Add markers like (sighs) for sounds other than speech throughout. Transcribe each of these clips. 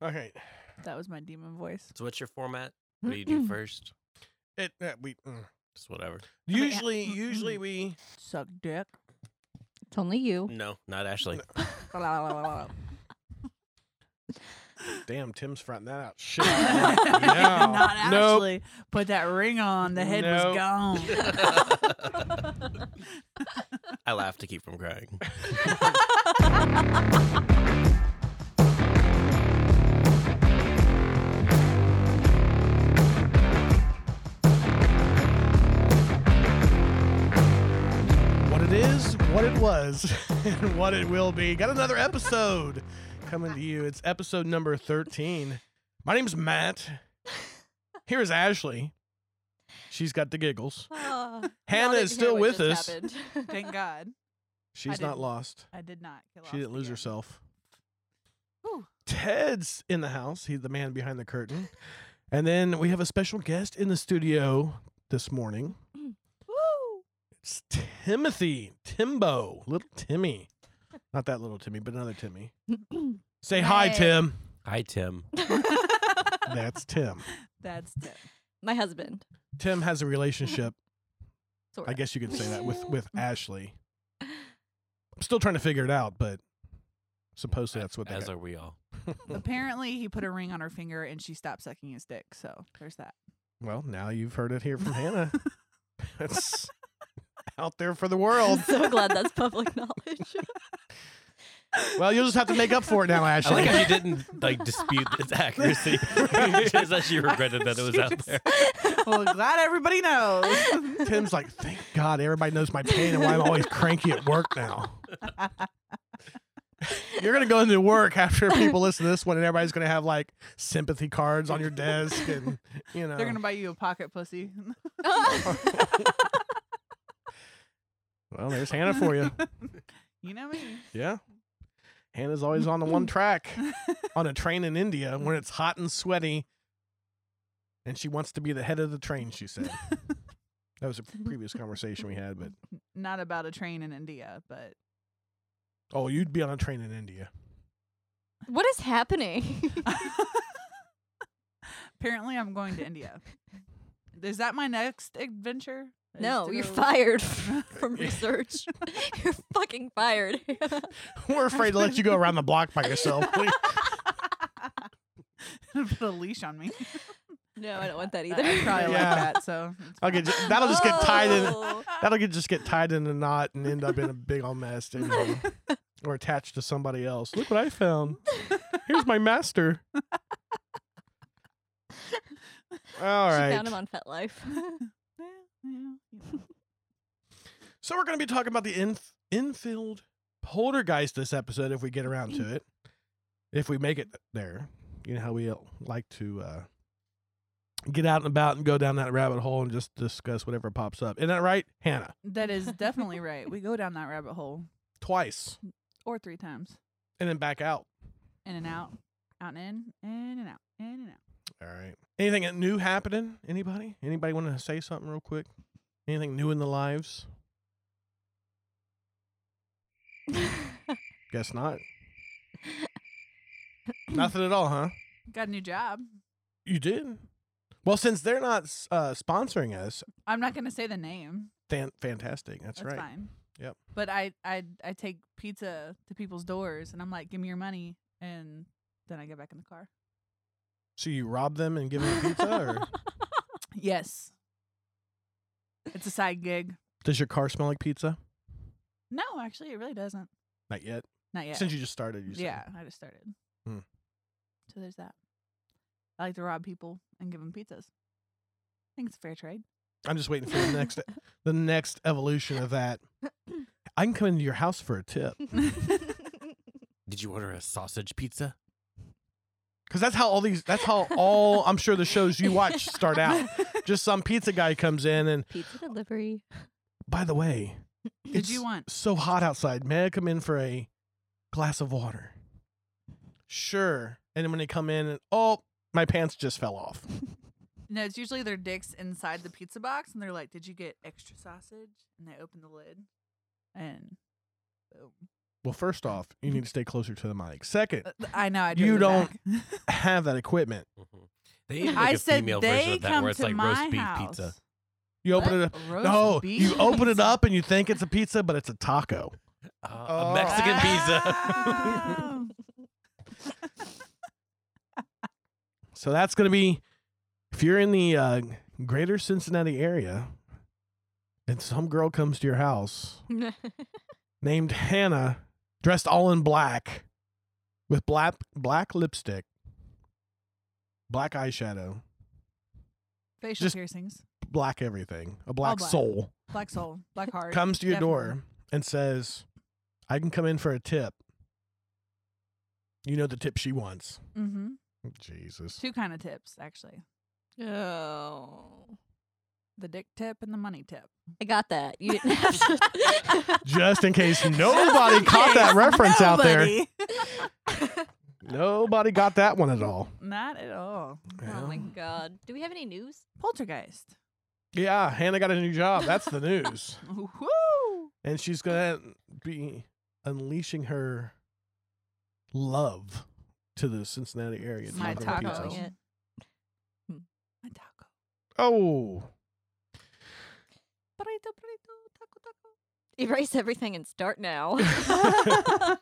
All right. That was my demon voice. So what's your format? What do you (clears throat) do first? It uh, we mm. Just whatever. mean, uh, usually mm, usually mm. we Suck dick. (clears throat) It's (laughs) only you. (laughs) No, not (laughs) Ashley. (laughs) La, la, la, la, la, la. damn Tim's fronting that out. (laughs) (laughs) Shit. No. Not Nope. actually. Put that ring on. The head Nope. was gone. (laughs) I laugh to keep from crying. What it is, what it was, (laughs) and what it will be. Got another episode coming to you. It's episode number 13. My name's (laughs) Matt. Here is Ashley. She's got the giggles. Hannah is still with us. Thank God. She's didn't- not lost. I did not kill off She didn't the lose gun. herself. Whew. Ted's in the house. He's the man behind the curtain. And then we have a special guest in the studio this morning. Woo! It's Timothy Timbo, little Timmy. Not that little Timmy, but another Timmy. Say hi, Hey. Tim. Hi, Tim. (laughs) That's Tim. (laughs) That's it. (laughs) My husband. Tim has a relationship. Sort I of. guess you could say that with with Ashley. I'm still trying to figure it out, but supposedly that's what that As is. are we (laughs) all. Apparently, he put a ring on her finger and she stopped sucking his dick. So there's that. Well, now you've heard it here from Hannah. That's out there for the world. I'm (laughs) so glad that's public (laughs) knowledge. (laughs) (laughs) Well, you'll just have to make up for it now, I like Ashley. how you didn't like dispute its (laughs) accuracy. (laughs) Just that (laughs) you regretted that it was (laughs) out there. Well, glad everybody knows. (laughs) (laughs) Tim's like, thank God everybody knows my pain and why I'm always cranky at work now. (laughs) You're gonna go into work after people listen to this one, and everybody's gonna have like sympathy cards on your desk, and you know They're going to buy you a pocket pussy. (laughs) Well, there's Hannah for you. You know me. Yeah. Hannah's always on the one track on a train in India when it's hot and sweaty. And she wants to be the head of the train, she said. that was a previous conversation we had, but (laughs) Not about a train in India, but oh, you'd be on a train in India. (laughs) what is happening? (laughs) apparently I'm going to India. Is that my next adventure? Is no, to you're go- (laughs) fired from research. (laughs) you're fucking fired. (laughs) We're afraid to let you go around the block by yourself. We- (laughs) Put a leash on me. no, I don't want that (laughs) I- either. I probably Yeah. like that. (laughs) So it's I'll fine. get you- that'll just get tied in. Oh. That'll get just get tied in a knot and end up in a big old mess, anyway. (laughs) or attached to somebody else. Look what I found. Here's my master. All right. She found him on FetLife. (laughs) Yeah, yeah, you know. So we're going to be talking about the inf- infield poltergeist this episode if we get around to it. If we make it there. You know how we uh, like to uh, get out and about and go down that rabbit hole and just discuss whatever pops up. Isn't that right, Hannah? That is (laughs) definitely right. We go down that rabbit hole Twice. or three times. And then back out. In and out, out and in, in and out, in and out. All right. Anything new happening? Anybody? Anybody want to say something real quick? Anything new in the lives? Guess (laughs) not. Nothing at all, huh? Got a new job. You did. Well, since they're not s- uh, sponsoring us, I'm not gonna say the name. fan- fantastic. That's, That's right. fine. Yep. But I, I I take pizza to people's doors and I'm like, give me your money, and then I get back in the car. So you rob them and give them pizza, or (laughs) Yes. It's a side gig. does your car smell like pizza? No, actually, it really doesn't. Not yet. Not yet. Since you just started, you said. yeah, I just started. Hmm. So there's that. I like to rob people and give them pizzas. I think it's fair trade. I'm just waiting for the (laughs) next the next evolution of that. I can come into your house for a tip (laughs) (laughs) Did you order a sausage pizza? because that's how all these. That's how all I'm sure the shows you watch start (laughs) out. Just some pizza guy comes in and (laughs) Pizza delivery. by the way, Did you it's want- so hot outside? May I come in for a glass of water? Sure. And then when they come in, and oh, my pants just fell (laughs) off. No, it's usually their dicks inside the pizza box, and they're like, "Did you get extra sausage?" And they open the lid, and boom. Well, first off, you need to stay closer to the mic. Second, Uh, th- I know. I You drew it don't- back. (laughs) have that equipment. Mhm. They (laughs) even make Mm-hmm. I a said female version they of that come where it's to like my roast beef house. pizza. You open What? it up. (laughs) Roast No, you beef? open it up and you think (laughs) it's a pizza, but it's a taco. Uh, Oh. A Mexican Ah. pizza. (laughs) Wow. So that's going to be if you're in the uh, greater Cincinnati area and some girl comes to your house named Hannah, dressed all in black with black black lipstick, black eyeshadow, Facial Just- piercings, black everything, a black, black. soul, black soul, black heart. comes to your definitely. door and says, "I can come in for a tip." You know the tip she wants. Mm-hmm. Jesus. Two kind of tips, actually: oh. the dick tip and the money tip. I got that. You didn't (laughs) have to. Just in case nobody caught that reference out there. Nobody got that one at all. (laughs) Not at all. (laughs) Oh my Yeah. god. Do we have any news? Poltergeist. Yeah, Hannah got a new job. That's the news. Woo! and she's going to be unleashing her love to the Cincinnati area. My taco taco. pizzas. Yeah. My taco. Oh, Burrito, burrito, taco, taco. Erase everything and (laughs) start now. Ah,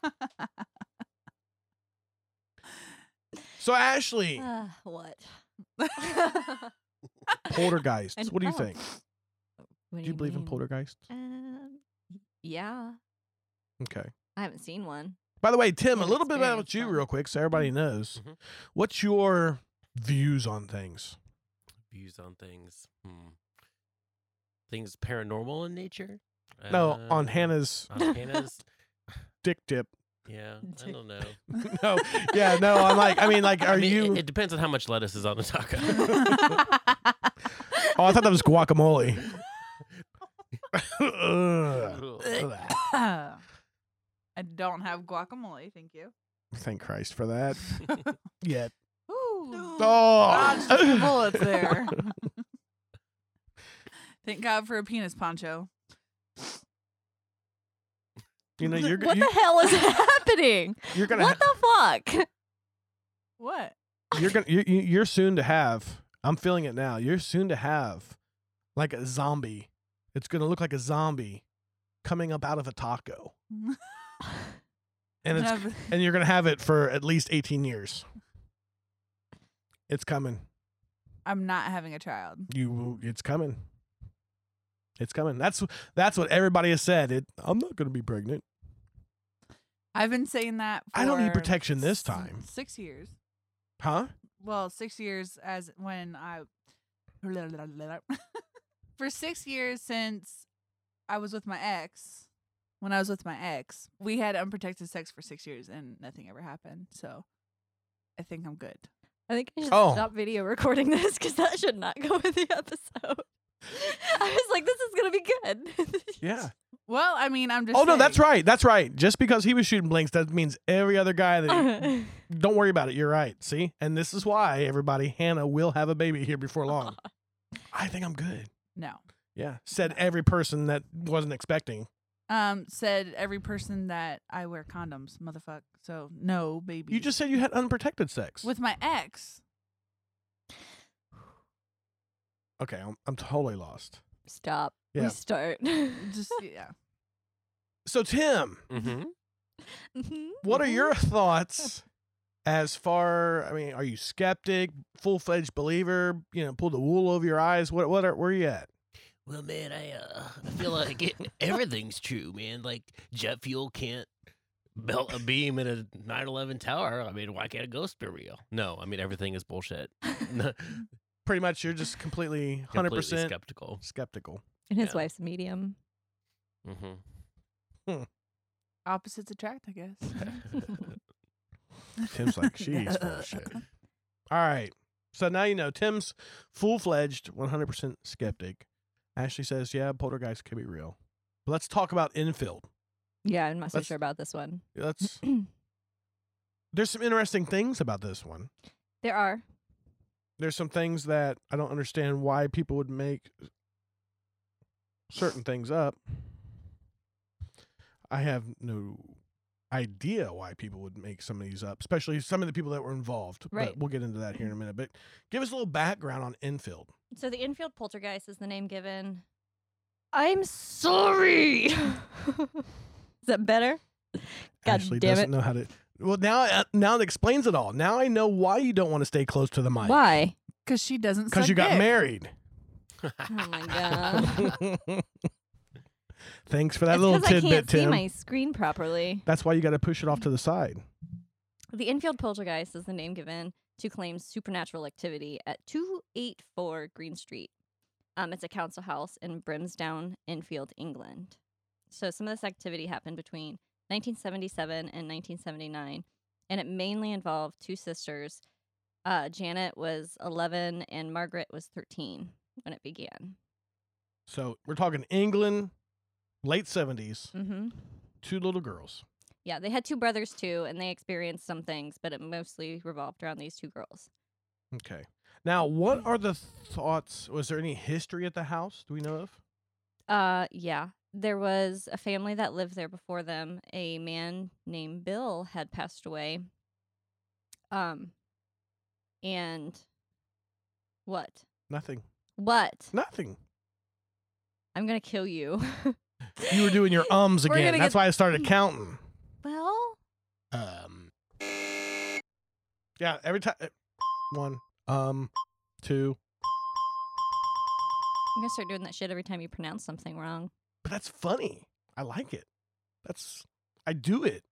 so Ashley, uh, (laughs) what? poltergeists. And- What do you oh. think? What Do you believe in mean? poltergeists? Um, y- yeah. Okay. I haven't seen one. (laughs) By the way, Tim, a Haven't little bit about experienced you, one. real quick, so everybody knows. Mhm. What's your views on things? (laughs) Views on things. Hmm. Things paranormal in nature. no, Uh, on Hannah's On Hannah's. dick (laughs) tip. Yeah, I Dick- don't know. (laughs) no, yeah, no. I'm like, I mean, like, I are mean, it- you? It, depends on how much lettuce is on the taco. (laughs) (laughs) oh, I thought that (laughs) was guacamole. (laughs) (laughs) Ugh. Ugh. (laughs) (laughs) I don't have guacamole, thank you. Thank Christ for that. Yet. Ooh. Oh, Dodged (laughs) the Oh. bullets there. Thank God for a penis poncho. (laughs) you know, you're, what you, the hell (laughs) is happening? you're gonna, What the fuck? What? (laughs) ha- you're gonna, you- you- you're soon to have. I'm feeling it now. You're soon to have, like a zombie. It's gonna look like a zombie coming up out of a taco, and it's, Have- and you're gonna have it for at least 18 years. It's coming. (laughs) I'm not having a child. You, it's coming. It's coming. That's that's what everybody has said. It, I'm not gonna be pregnant. I've been saying that for I don't need protection this s- time. Six years. Huh? well, six years as when I (laughs) for six years since I was with my ex. When I was with my ex, we had unprotected sex for six years and nothing ever happened. So I think I'm good. I think I should Oh. stop video recording this because that should not go with the episode. (laughs) I was like, this is gonna be good. (laughs) Yeah. Well, I mean, I'm just. Oh no, that's saying. right. That's right. Just because he was shooting blinks, that means every other guy (laughs) that don't worry about it. You're right. See? And this is why everybody, Hannah will have a baby here before long. I think I'm good. No. Yeah. Said every person that wasn't expecting. Um, said every person that I wear condoms, motherfuck. So no, baby. You just said you had unprotected sex. with my ex. okay, I'm, I'm totally lost. Stop. Yeah. We (laughs) start. (laughs) Just yeah. So Tim, hmm what Mm-hmm. are your thoughts as far I mean, are you skeptic, full fledged believer, you know, pull the wool over your eyes? What what are where you at? Well, man, I uh, I feel like it, everything's true, man. Like jet fuel can't melt a beam in a 9/11 tower. I mean, why can't a ghost be real? No, I mean everything is (laughs) bullshit. (laughs) No, Pretty much you're just completely hundred completely percent skeptical. skeptical. (laughs) And his Yeah. wife's a medium. (laughs) Mm-hmm. (laughs) Opposites attract, I guess. Tim's like, she's full of shit. All right. So now you know Tim's full fledged, 100% skeptic. Ashley says, yeah, poltergeist can be real. But let's talk about infield. Yeah, I'm not so Let's- sure about (clears throat) this one. Let's. There's some interesting things about this one. There are. There's some things that I don't understand why people would make certain things up. I have no idea why people would make some of these up, especially some of the people that were involved. Right. Mm-hmm. But we'll get into that here in a minute. But give us a little background on Enfield. So the infield poltergeist is the name given. I'm sorry. (laughs) is that better? God Ashley damn doesn't it. know how to. Well, now uh, now it explains it all. Now I know why you don't want to stay close to the mic. Why? Because she doesn't. Because suck you got dick. (laughs) married. Oh my god. Thanks for that It's little 'cause I tidbit, can't see Tim. my screen properly. That's why you got to push it off to the side. The infield poltergeist is the name given to claim supernatural activity at 284 Green Street. Um, it's a council house in Brimsdown, Enfield, England. So some of this activity happened between 1977 and 1979, and it mainly involved two sisters. Uh, Janet was 11 and Margaret was 13 when it began. So we're talking England, late 70s, Mm-hmm. two little girls. Yeah, they had two brothers too, and they experienced some things, but it mostly revolved around these two girls. Okay. Now, what are the thoughts? Was there any history at the house? Do we know of? Uh, yeah. There was a family that lived there before them. A man named Bill had passed away. Um, and what? Nothing. What? Nothing. I'm gonna kill you. (laughs) You were doing your ums We're again. gonna That's get- why I started counting. well. Um. Yeah, every time. One, um, two. I'm gonna start doing that shit every time you pronounce something wrong. But that's funny. I like it. That's, I do it.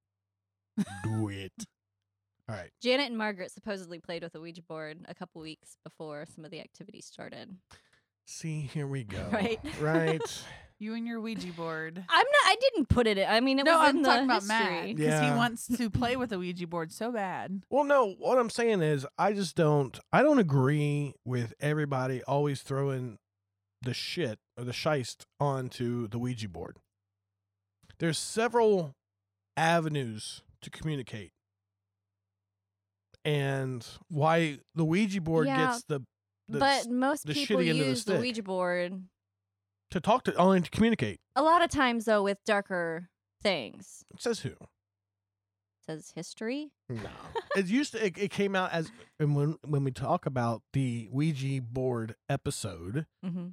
do it. All right. Janet and Margaret supposedly played with a Ouija board a couple weeks before some of the activity started. See, here we go. Right. Right. You (laughs) and your Ouija board. I'm not. I didn't put it. in- I mean, it no, was I'm in talking the about Matt history. because Yeah. he wants to play with a Ouija board so bad. Well, no, what I'm saying is I just don't I don't agree with everybody always throwing the shit or the shist onto the Ouija board. There's several avenues to communicate. And why the Ouija board Yeah, gets the, the But s- most the people shitty end of the use the stick. Ouija board to talk to only to communicate. a lot of times though with darker things It says who? (laughs) says history No. it used to it, it came out as and when when we talk about the Ouija board episode mm-hmm.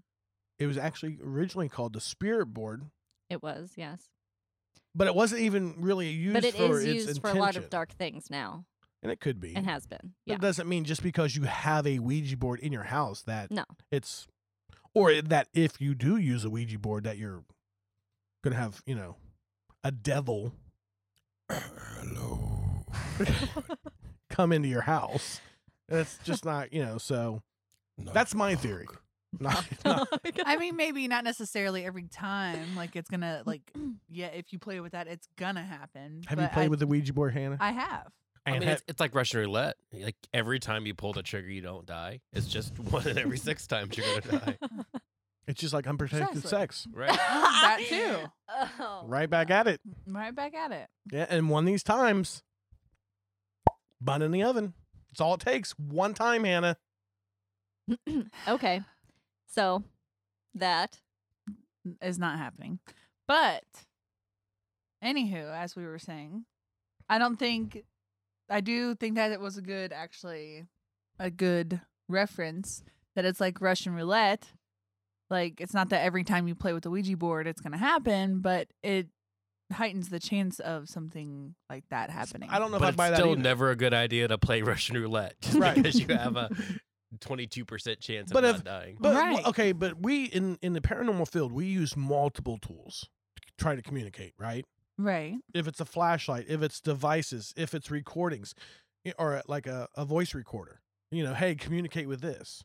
It was actually originally called the Spirit Board, it was yes but it wasn't even really used but it for is its used for a lot intention. of dark things now And it could be. and has been But (laughs) yeah (laughs) It doesn't mean just because you have a Ouija board in your house that No. it's or i- that if you do use a Ouija board that you're gonna have, you know, a devil hello (laughs) come into your house. That's just not, you know, so (laughs) that's my theory. Not, (laughs) not- (laughs) I mean, maybe not necessarily every time. Like it's gonna like (clears throat) yeah, if you play with that, it's gonna happen. have you but played I, with the Ouija board, Hannah? I have. I And mean, ha- it's, it's like Russian roulette. Like every time you pull the trigger, you don't die. It's just (laughs) one in every six times you're gonna (laughs) (laughs) die. it's just like unprotected Precisely. sex. Right? that too. oh. Right back at it. Right back at it. Yeah, and one of these times, bun in the oven. That's all it takes. One time, Hannah. okay so that Is not happening. But anywho, as we were saying, I don't think I do think that it was a good actually a good reference that it's like Russian roulette. Like it's not that every time you play with the Ouija board it's gonna happen, but it heightens the chance of something like that happening. I don't know but if I it's buy that. still either. never a good idea to play (laughs) Russian roulette just Right. because you have (laughs) a 22% chance of But not if- dying. but w- Right. okay, but we in in the paranormal field, we use multiple tools to c- try to communicate. Right? (laughs) Right. (laughs) If it's a flashlight, if it's devices, if it's recordings, y- or uh, like a, a voice recorder. You know, hey, communicate with this.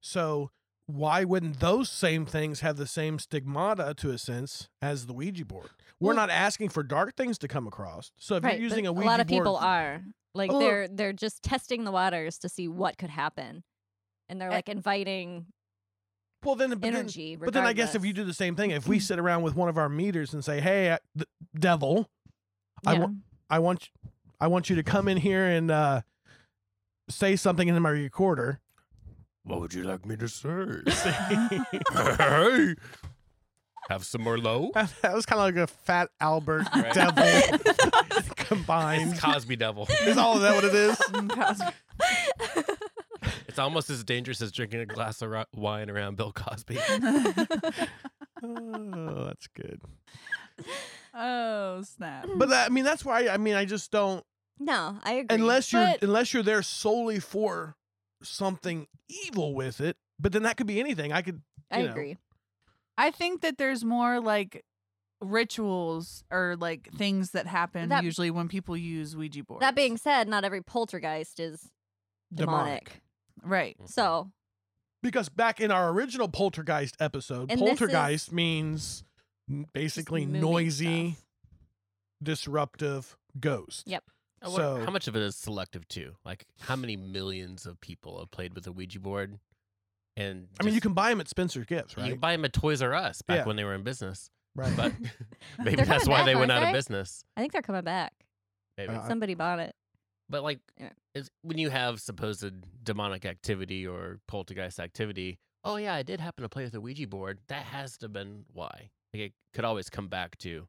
So why wouldn't those same things have the same stigmata to a sense as the Ouija board? We're Well- not asking for dark things to come across. So if right you're using but a Ouija a lot of board, people are like Oh. they're they're just testing the waters to see what could happen and they're Eh. like inviting Well, then, but then, energy but then I guess if you do the same thing, (clears throat) if we sit around with one of our meters and say, "Hey, uh, the devil, I yeah. want- I want, I want you to come in here and uh, say something into my (sighs) recorder," (laughs) (laughs) What would you like me to say? and hey, Have some (laughs) Merlot. That was kind of like a fat Albert (laughs) Right. devil (laughs) combined. It's Cosby Devil. Is all of that what (laughs) it is? Cosby. It's almost as dangerous as drinking a glass of ro- wine around Bill Cosby. Oh, that's good. oh snap! But that, I mean, that's why I mean, I just don't. no, I agree. Unless you're But- unless you're there solely for something evil with it, but then that could be anything. I could. I you know. agree. I think that there's more like rituals or like things that happen That- usually when people use Ouija boards. That being said, not every poltergeist is demonic. Mm-hmm. Demonic. right, (laughs) So Because back in our original poltergeist episode, And this is- poltergeist means n- just basically moving noisy, stuff. disruptive ghost. I wonder So- how much of it is selective too? Like how many millions of people have played with a Ouija board? And I mean, you just- can buy them at Spencer's Gifts, you right? can buy them at Toys R Us back Yeah. when they were in business, right. (laughs) but (laughs) maybe They're that's coming why back, they went aren't out of they? business. I think they're coming back. Maybe. Uh, I- Somebody bought it. But like, Yeah. it's, when you have supposed demonic activity or poltergeist activity, oh yeah, I did happen to play with a Ouija board. That has to have been why. Like, it could always come back to,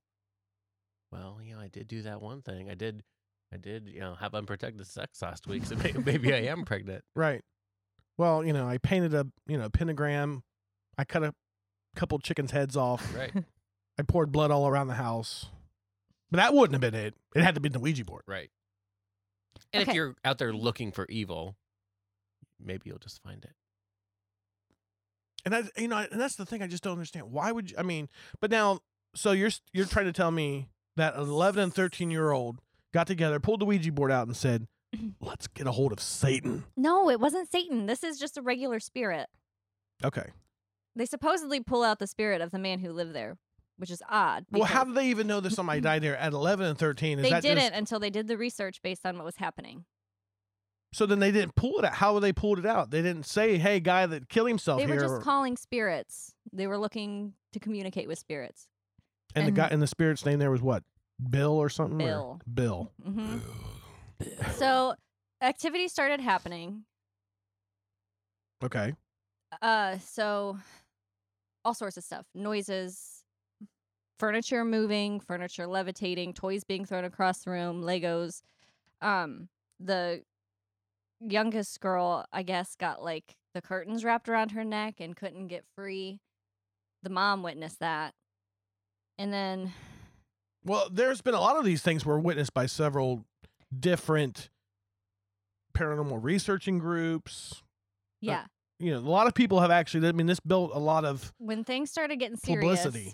well, you know, I did do that one thing. I did, I did, you know, have unprotected sex last week, so may- maybe I am pregnant. Right. Well, you know, I painted a you know pentagram. I cut a couple chickens' heads off. Right, (laughs) I poured blood all around the house. But that wouldn't have been it. It had to be the Ouija board. right. And if Okay. you're out there looking for evil, maybe you'll just find it. And I, you know, and that's the thing. I just don't understand. Why would you, I mean? But now, so you're s- you're trying to tell me that an 11 and 13 year old got together, pulled the Ouija board out, and (laughs) said, "Let's get a hold of Satan." No, it wasn't Satan. This is just a regular spirit. Okay. They supposedly pull out the spirit of the man who lived there, which is odd. Well, how because do they even know that (laughs) somebody died there at 11 and 13? Is they that didn't just until they did the research based on what was happening. so? Then they didn't pull it out. How they pulled it out? They didn't say, "Hey, guy that killed himself they here," were or- just calling spirits. They were looking to communicate with spirits. and, and- the guy and the spirit's name there was what? Bill or something? or- Bill. Bill. hmm Mm. So activity started happening. Okay. Uh, so all sorts of stuff: noises, furniture moving, furniture levitating, toys being thrown across the room, Legos. Um, the youngest girl, I guess, got like the curtains wrapped around her neck and couldn't get free. The mom witnessed that, and then Well, there's been a lot of these things were witnessed by several different paranormal researching groups. yeah, You know, a lot of people have actually. I mean, this built a lot of when things started getting serious, publicity.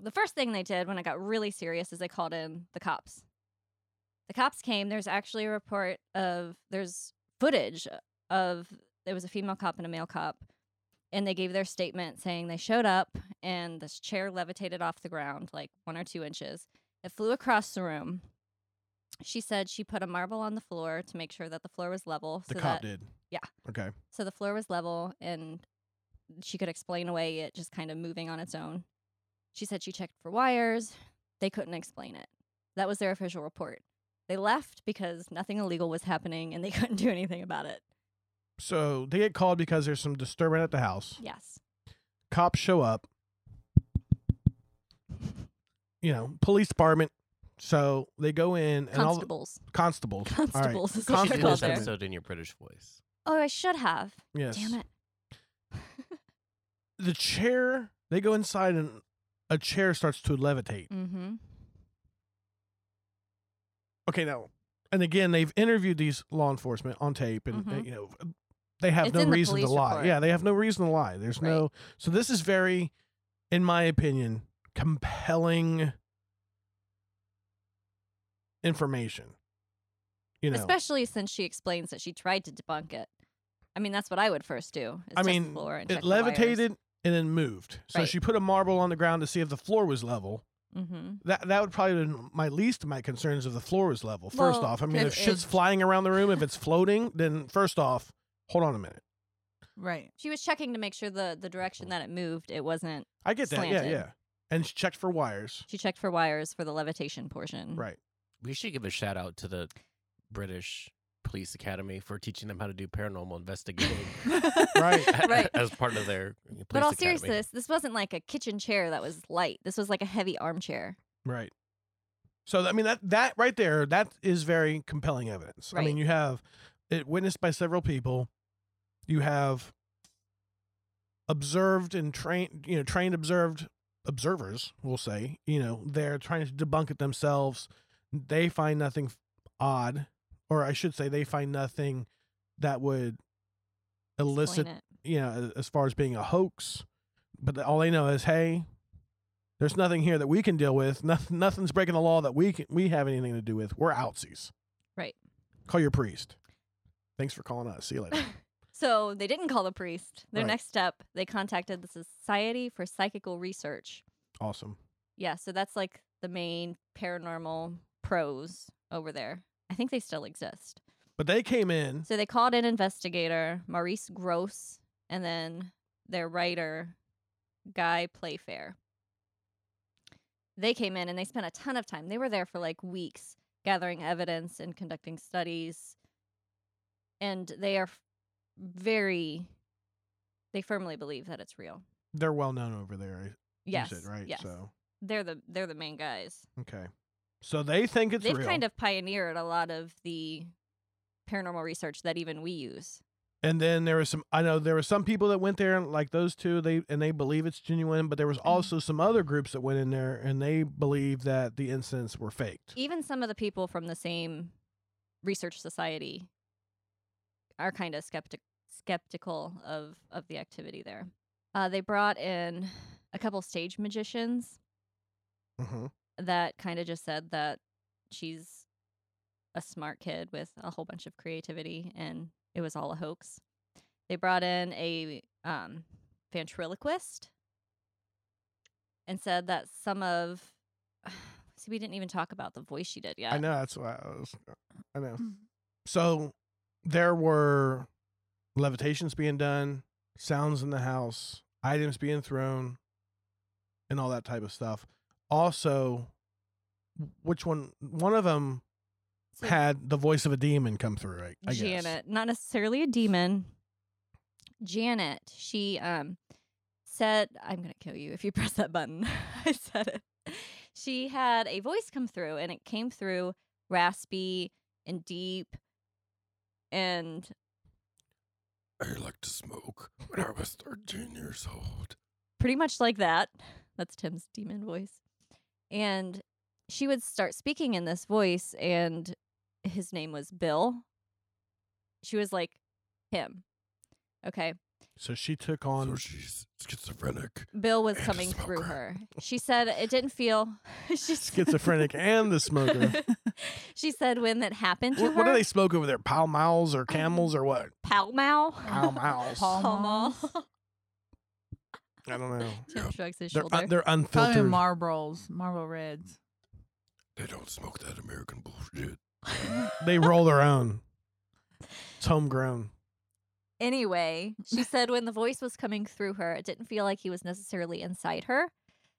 the first thing they did when it got really serious is they called in the cops. The cops came. There's actually a report of there's footage of there was a female cop and a male cop, and they gave their statement saying they showed up and this chair levitated off the ground like one or two inches. It flew across the room. She said she put a marble on the floor to make sure that the floor was level. The so cop that, did. yeah. Okay. so the floor was level and she could explain away it just kind of moving on its own. She said she checked for wires. They couldn't explain it. That was their official report. They left because nothing illegal was happening and they (laughs) couldn't do anything about it. So they get called because there's some disturbance at the house. Yes. Cops show up. You know, police department. So they go in and all the Constables. constables. (laughs) All right. Constables is what You should they're do Constable called this statement. there. episode in your British voice. Oh, I should have. Yes. Damn it. The chair. They go inside and a chair starts to levitate. Mm-hmm. okay now and again they've interviewed these law enforcement on tape and uh, Mhm. you know they have It's no in the reason to police lie report. yeah they have no reason to lie there's Right. no so this is very in my opinion compelling information you know Especially since she explains that she tried to debunk it. I mean, that's what I would first do. is i check the mean floor and check it the wires. levitated and then moved so Right. she put a marble on the ground to see if the floor was level Mhm. that that would probably been my least of my concerns if the floor was level first Well, off i mean it- if shit's it- flying around the room if it's floating then first off hold on a minute right. She was checking to make sure the, the Oh. direction that it moved, it wasn't I get that. Yeah, slanted. yeah. And she checked for wires. She checked for Mm. (laughs) wires for the levitation portion. Right. We should give a shout out to the British police academy for teaching them how to do paranormal (laughs) investigating (laughs) Right. Right. as part of their police But all academy. seriousness, this wasn't like a kitchen chair that was light. This was like a heavy armchair. Right. So I mean that that right there that is very compelling evidence. I mean Right. you have it witnessed by several people. You have observed and trained, you know, trained observed observers, we'll say, you know, they're trying to debunk it themselves. They find nothing odd or I should say they find nothing that would elicit Explain it. you know, as far as being a hoax. But all they know is, hey, there's nothing here that we can deal with. Nothing, nothing's breaking the law that we can, we have anything to do with. We're outsies. Right. Call your priest. Thanks for calling us. See you (laughs) later. So they didn't call the priest. Their Right. next step, they contacted the Society for Psychical Research. awesome. Yeah, so that's like the main paranormal pros over there. I think they still exist. But they came in. So they called an investigator, Maurice Gross, and then their writer, Guy Playfair. They came in and they spent a ton of time. They were there for like weeks gathering evidence and conducting studies. And they are f- very, they firmly believe that it's real. They're well known over there. you Yes. said, right. Yes. So They're the they're the main guys. okay. So they think it's They've real, kind of pioneered a lot of the paranormal research that even we use. and then there was some. I know there were some people that went there, like those two. They and they believe it's genuine, but there Mm-hmm. was also some other groups that went in there and they believe that the incidents were faked. even some of the people from the same research society are kind of skeptic skeptical of of the activity there. Uh, they brought in a couple stage magicians hmm that kind of just said that she's a smart kid with a whole bunch of creativity and it was all a hoax. They brought in a um, ventriloquist and said that some of (sighs) see we didn't even talk about the voice she did yet. I know that's why I was. I know. So there were levitations being done, sounds in the house, items being thrown, and all that type of stuff. Also, which one? One of them (laughs) So had the voice of a demon come through. Right? I guess. Janet, not necessarily a demon. Janet, she um said, "I'm gonna kill you (laughs) if you press that button." I said it. She had a voice come through, and it came through raspy and deep, and I like to smoke when I was 13 years old. pretty much like that. That's Tim's demon voice. And she would start speaking in this voice, and his name was Bill. She was like him. Okay. So she took on. so she's schizophrenic. Bill was And a coming through smoker. her. She said it didn't feel. (laughs) she (laughs) said- (laughs) Schizophrenic and the smoker. she said when that happened to What, her, what do they smoke over there? Pall Malls or Camels or what? Pall Mall. (laughs) Pall Malls. (laughs) Pall (laughs) Pall (laughs) (laughs) Mall. I don't know. Tim shrugs his They're uh, shoulder. un- they're Probably unfiltered. Marlboros, Marlboro (laughs) Reds. They don't smoke that American bullshit. they roll their own. It's homegrown. (laughs) Anyway, she said when the voice was coming through her, it didn't feel like he was necessarily inside her,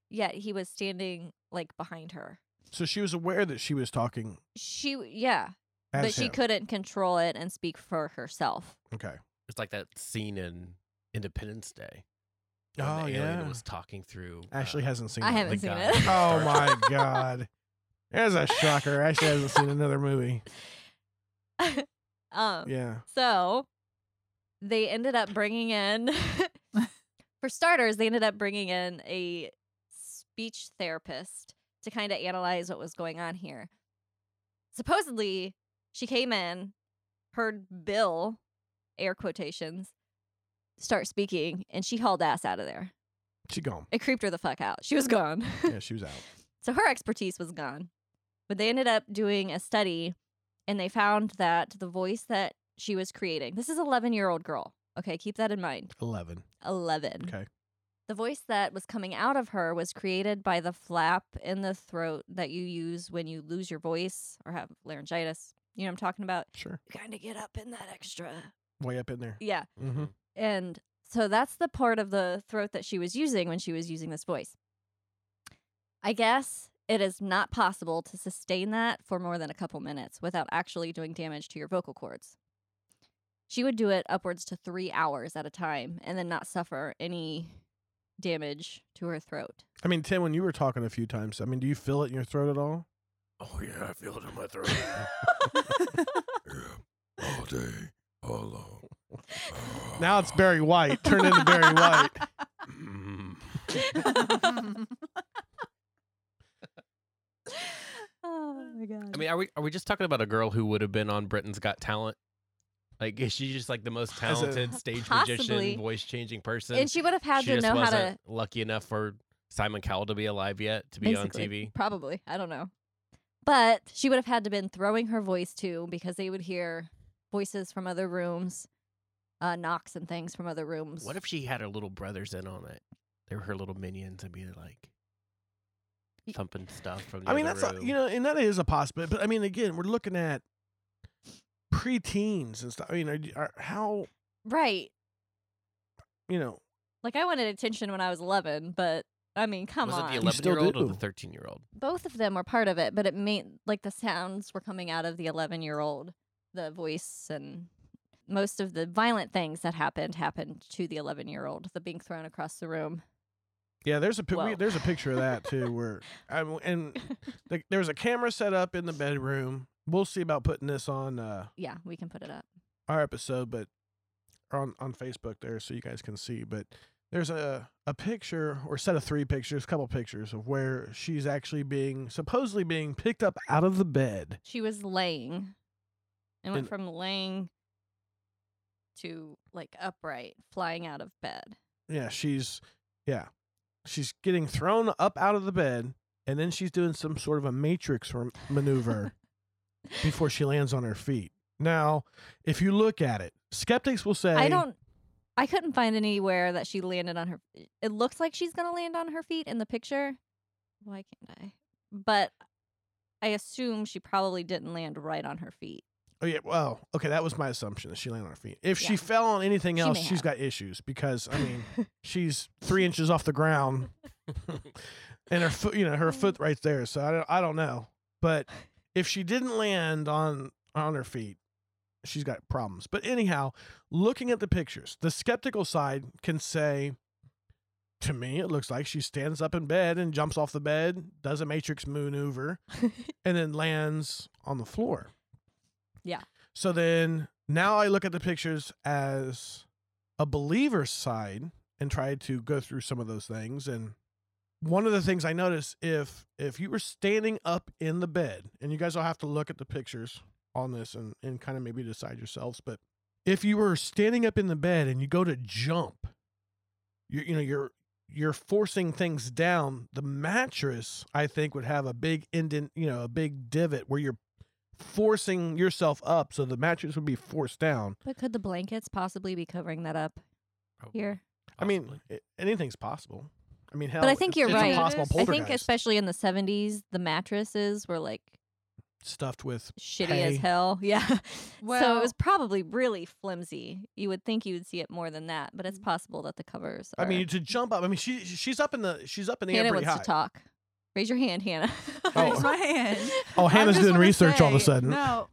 yet he was standing like behind her. So she was aware that she was talking She, yeah, as but she him. couldn't control it and speak for herself. Okay. It's like that scene in Independence Day. when Oh the yeah. alien was talking through. Ashley uh, hasn't seen. I it. haven't the (laughs) seen guy. it. (laughs) Oh my god. There's a shocker. Ashley hasn't seen another (laughs) movie. Um, Yeah. So they ended up bringing in, (laughs) for starters, they ended up bringing in a speech therapist to kind of analyze what was going on here. Supposedly, she came in, heard Bill, air quotations, start speaking, and she hauled ass out of there. She (laughs) gone. It creeped her the fuck out. She was gone. Yeah, she was out. So her expertise was gone. But they ended up doing a study and they found that the voice that she was creating this is 11 year old girl. Okay, keep that in mind. Eleven. 11. Okay. The voice that was coming out of her was created by the flap in the throat that you use when you lose your voice or have laryngitis. You know what I'm talking about? Sure. You kind of get up in that extra. Way up in there. Yeah. Mm-hmm. And so that's the part of the throat that she was using when she was using this voice. I guess It is not possible to sustain that for more than a couple minutes without actually doing damage to your vocal cords. She would do it upwards to three hours at a time and then not suffer any damage to her throat. (laughs) (laughs) I mean, Tim, when you were talking a few times, I mean, do you feel it in your throat at all? Oh yeah, I feel it in my throat. (laughs) yeah, all day, all (laughs) long. Ah. Now it's Barry White. Turn into Barry (laughs) White. Mm. Oh (laughs) my god. I mean, are we are we just talking about a girl who would have been on Britain's Got Talent? Like, is she just like the most As a- talented stage Possibly. magician, voice changing person? and she would have had she to just know how wasn't to lucky enough for Simon Cowell to be alive yet to be on Basically, TV. Probably. I don't know. But she would have had to been throwing her voice too because they would hear voices from other rooms, uh, knocks and things from other rooms. What if she had her little brothers in on it? They were her little minions and be like Y- thumping stuff from the I mean, other that's a, room. you know, and that is a possibility. But I mean, again, we're looking at preteens and stuff. I mean, are, are, how Right. you know? Like I wanted attention when I was 11, but I mean, come was on. it the You eleven still year old or do. the thirteen year old? Both of them were part of it, but it made like the sounds were coming out of the 11 year old, the voice and most of the violent things that happened happened to the 11 year old, the being thrown across the room. Yeah, there's a pi- we, Well. there's a picture of that too, where I, and the, there was a camera set up in the bedroom. We'll see about putting this on uh, Yeah, we can put it up. our episode, but or on on Facebook there, so you guys can see. But there's a a picture or set of three pictures, couple pictures of where she's actually being supposedly being picked up out of the bed. She was laying and went And- from laying to like upright, flying out of bed. Yeah, she's yeah. She's getting thrown up out of the bed and then she's doing some sort of a matrix rem- (laughs) maneuver before she lands on her feet. Now, if you look at it, skeptics will say I don't I couldn't find anywhere that she landed on her it looks like she's going to land on her feet in the picture. Why can't I? But I assume she probably didn't land right on her feet. Oh yeah, well, okay, that was my assumption that she landed on her feet. If she Yeah. fell on anything She else, may she's have. got issues because I mean, she's three inches off the ground, and her foot, you know, her foot right there. So I don't, I don't know. But if she didn't land on on her feet, she's got problems. But anyhow, looking at the pictures, the skeptical side can say, to me, it looks like she stands up in bed and jumps off the bed, does a matrix maneuver, and then lands on the floor. Yeah. So then now I look at the pictures as a believer's side and try to go through some of those things. And one of the things I notice if if you were standing up in the bed, and you guys will have to look at the pictures on this and, and kind of maybe decide yourselves, but if you were standing up in the bed and you go to jump, you you know, you're you're forcing things down. The mattress, I think, would have a big indent, you know, a big divot where you're forcing yourself up, so the mattress would be forced down. (laughs) But could the blankets possibly be covering that up Oh, here? I mean, i anything's possible. I mean, hell, I it's- think you're it's right. A possible I think poltergeist especially in the 70s the mattresses were like stuffed with. shitty Hey. as hell. (laughs) Yeah. so it was Well- probably really flimsy. You would think you would see it more than that, but it's possible that the covers. Are... I mean, to jump up. I mean, she she's up in the she's up in the Hannah air pretty wants high. to talk. Raise your hand, Hannah. (laughs) Oh. Raise my hand. Oh, I Hannah's just doing wanna research all of a say- sudden. (laughs) No,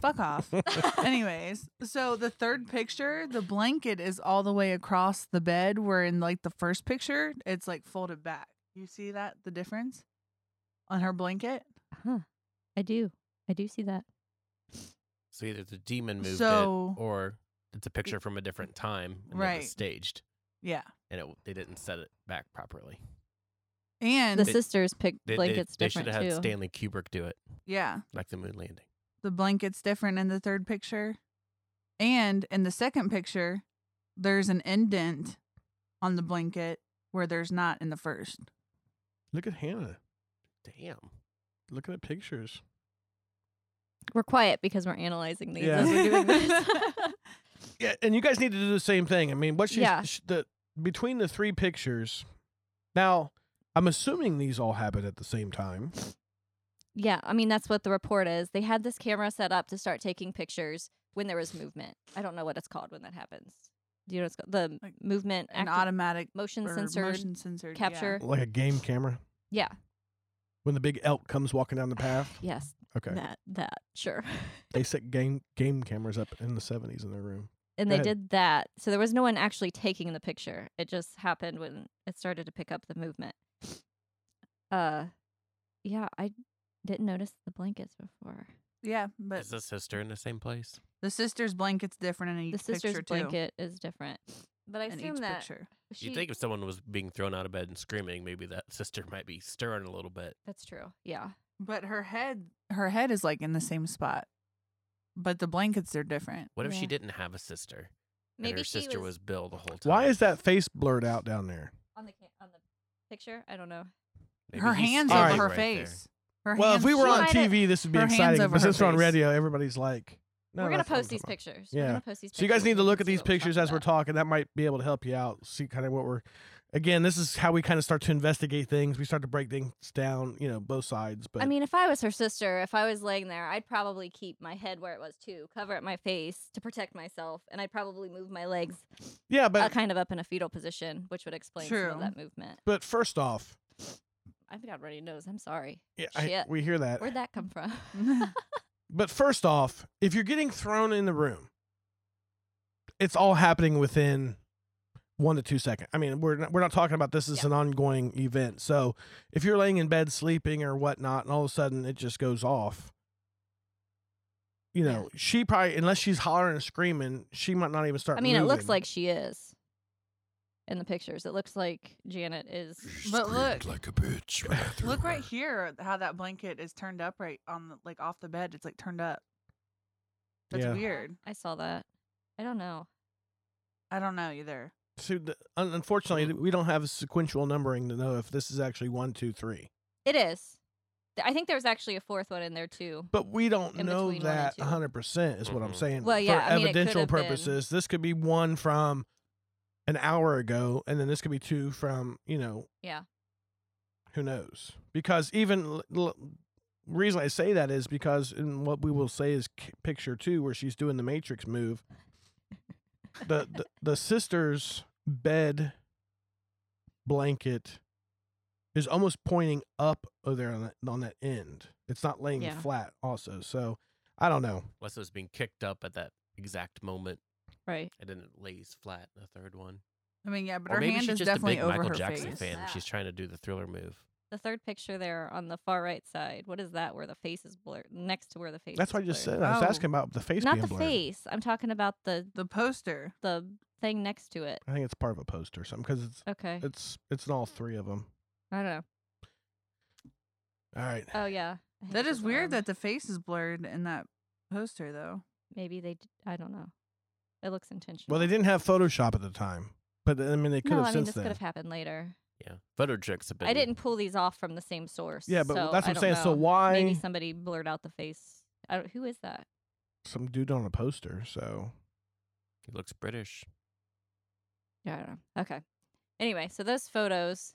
fuck off. (laughs) Anyways, so the third picture, the blanket is all the way across the bed, where in like the first picture, it's like folded back. You see that the difference on her blanket? Huh. I do. I do see that. so either the demon moved So- it, or it's a picture from a different time, and It Right. was staged, Yeah, and it, they didn't set it back properly. and The They- sisters picked They, they, blankets they should different have had too. Stanley Kubrick do it, yeah, like the moon landing. the blanket's different in the third picture, and in the second picture, there's an indent on the blanket where there's not in the first. Look at Hannah. Damn. Look at the pictures. We're quiet because we're analyzing these Yeah. as we're doing this. (laughs) Yeah, and you guys need to do the same thing. I mean, what she's Yeah. sh- the between the three pictures. Now, I'm assuming these all happened at the same time. yeah, I mean that's what the report is. They had this camera set up to start taking pictures when there was movement. I don't know what it's called when that happens. Do you know what it's called? The Like movement An acti- automatic motion or sensor motion censored yeah. capture. Like a game camera. Yeah. When the big elk comes walking down the path. Yes, Okay. that that sure. (laughs) They set game game cameras up in the 70s in their room. And Go they ahead. did that. So there was no one actually taking the picture. It just happened when it started to pick up the movement. (sighs) Uh yeah, I didn't notice the blankets before. Yeah, but Is the sister in the same place? the sister's blanket's different in each the sister's picture too. blanket is different. But I in each assume that picture. she, you think if someone was being thrown out of bed and screaming, maybe that sister might be stirring a little bit. that's true. Yeah. But her head, her head is like in the same spot, but the blankets are different. What if she Yeah. didn't have a sister? and Maybe her she sister was, was... Bill the whole time. Why is that face blurred out down there? on the ca- on the picture. I don't know. Maybe her he's hands All over standing right. her right there. face. Her well, if hands- we were she on (laughs) might have- TV, this would be her hands exciting. over But her since we're on face. radio, everybody's like, no, We're gonna that's not what I'm post these talking about. pictures. Yeah. We're gonna post these So you guys pictures need to and look at see these what talk pictures as we're about. talking. That might be able to help you out. See kind of what we're. Again, this is how we kind of start to investigate things. We start to break things down, you know, both sides. But I mean, if I was her sister, if I was laying there, I'd probably keep my head where it was too, cover up my face to protect myself, and I'd probably move my legs yeah, uh, but kind of up in a fetal position, which would explain some True. of that movement. but first off, I think everybody knows. I'm sorry. yeah, I, Shit. we hear that. Where'd that (laughs) come from? But first off, if you're getting thrown in the room, it's all happening within one to two seconds. I mean, we're not, we're not talking about this as Yeah. an ongoing event. So if you're laying in bed sleeping or whatnot, and all of a sudden it just goes off, you know, she probably unless she's hollering and screaming, she might not even start. (laughs) I mean, it looks moving. like she is in the pictures. It looks like Janet is. (sniffs) She But screamed look. like a bitch. (laughs) when I threw (laughs) Look right her. here how that blanket is turned up right on the, like off the bed. It's like turned up. That's Yeah. weird. I saw that. I don't know. I don't know either. So the, un- Mm. unfortunately, we don't have sequential numbering to know if this is actually one, two, three. It is. Th- I think there was actually a fourth one in there too. But we don't In know between one and that two. 100% is what I'm Mhm. saying. Well, yeah, For I mean, it could evidential have been- purposes, this could be one from an hour ago, and then this could be two from, you know. Yeah. Who knows? Because even l- l- reason I say that is because in what we will say is c- picture two, where she's doing the matrix move, the, the, the sister's bed blanket is almost pointing up over there on that, on that end. It's not laying Yeah. flat, also. So I don't know. Unless it was being kicked up at that exact moment, (laughs) Right. and then it lays flat. in The third one, I mean, yeah, but or her maybe hand she's is just a definitely big over Michael her Jackson face. fan. and She's trying to do the thriller move. The third picture there on the far right side. What is that? Where the face is blurred, next to where the face. That's is what I just blurred. said. I was Oh. asking about the face Not being the blurred. face. I'm talking about the The poster. the thing next to it. I think it's part of a post or something because it's Okay. it's it's in all three of them. I don't know. All right. Oh yeah. I think That it is was weird arm. that the face is blurred in that poster, though. maybe they. d- I don't know. It looks intentional. Well, they didn't have Photoshop at the time, but I mean they could no, have I mean since this then. could have happened later. Yeah, photo tricks have been. I didn't pull these off from the same source. yeah, but so that's what I I'm don't saying. So know. why Maybe somebody blurred out the face. I don't, who is that? some dude on a poster? So He looks British. Yeah, I don't know. Okay. Anyway, so those photos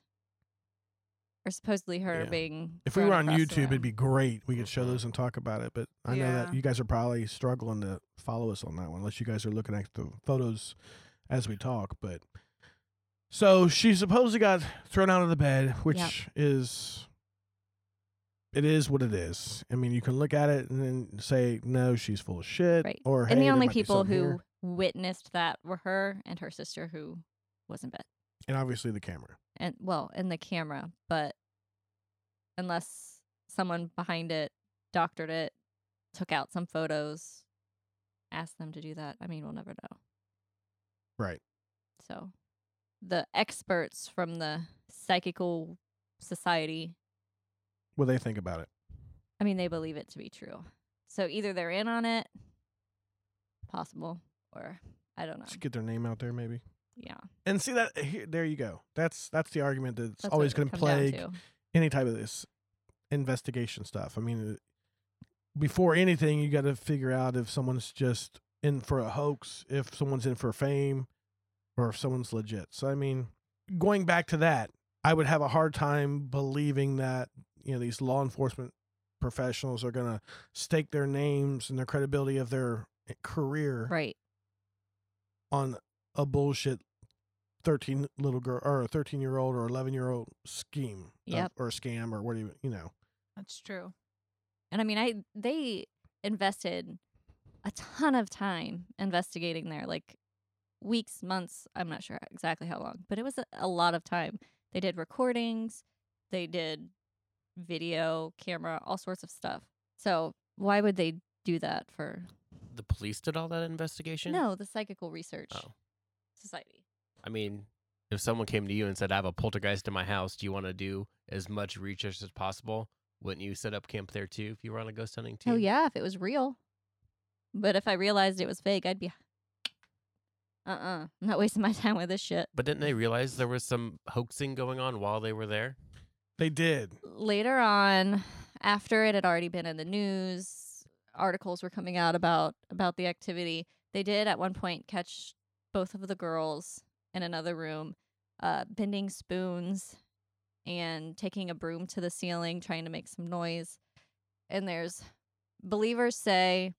are supposedly her Yeah. being. if we thrown were on across the YouTube, it'd room. be great. We could show Mhm. those and talk about it. But I know Yeah. that you guys are probably struggling to follow us on that one, unless you guys are looking at the photos as we talk. But so she supposedly got thrown out of the bed, which is it is what it is. I mean, you can look at it and then say no, she's full of shit, Right. or and hey, the there only might be people who something here. witnessed that were her and her sister who was in bed. and obviously the camera. And well, and the camera, but unless someone behind it doctored it, took out some photos, asked them to do that, I mean, we'll never know. Right. So the experts from the psychical society, What do they think about it? I mean, they believe it to be true. So either they're in on it, possible, or I don't know. Should get their name out there, maybe. Yeah. And see that here, there you go. That's that's the argument that's That's what always it going would to come down plague to. any type of this investigation stuff. I mean, it- before anything, you got to figure out if someone's just in for a hoax, if someone's in for fame, or if someone's legit. So, I mean, going back to that, I would have a hard time believing that, you know, these law enforcement professionals are going to stake their names and their credibility of their career Right. on a bullshit thirteen little girl or thirteen year old or eleven year old scheme, of- Yep. or scam or what do you you know? That's true. And I mean, I they invested a ton of time investigating there, like weeks, months. I'm not sure exactly how long, but it was a, a lot of time. They did recordings, they did video, camera, all sorts of stuff. So why would they do that for? The police did all that investigation? No, the Psychical Research Oh. Society. I mean, if someone came to you and said, I have a poltergeist in my house, do you want to do as much research as possible? Wouldn't you set up camp there too if you were on a ghost hunting team? Oh yeah, if it was real. But if I realized it was fake, I'd be. Uh uh-uh, uh, i am not wasting my time with this shit. But didn't they realize there was some hoaxing going on while they were there? They did. later on after it had already been in the news articles were coming out about about the activity they did at one point catch both of the girls in another room uh, bending spoons and taking a broom to the ceiling trying to make some noise and there's believers say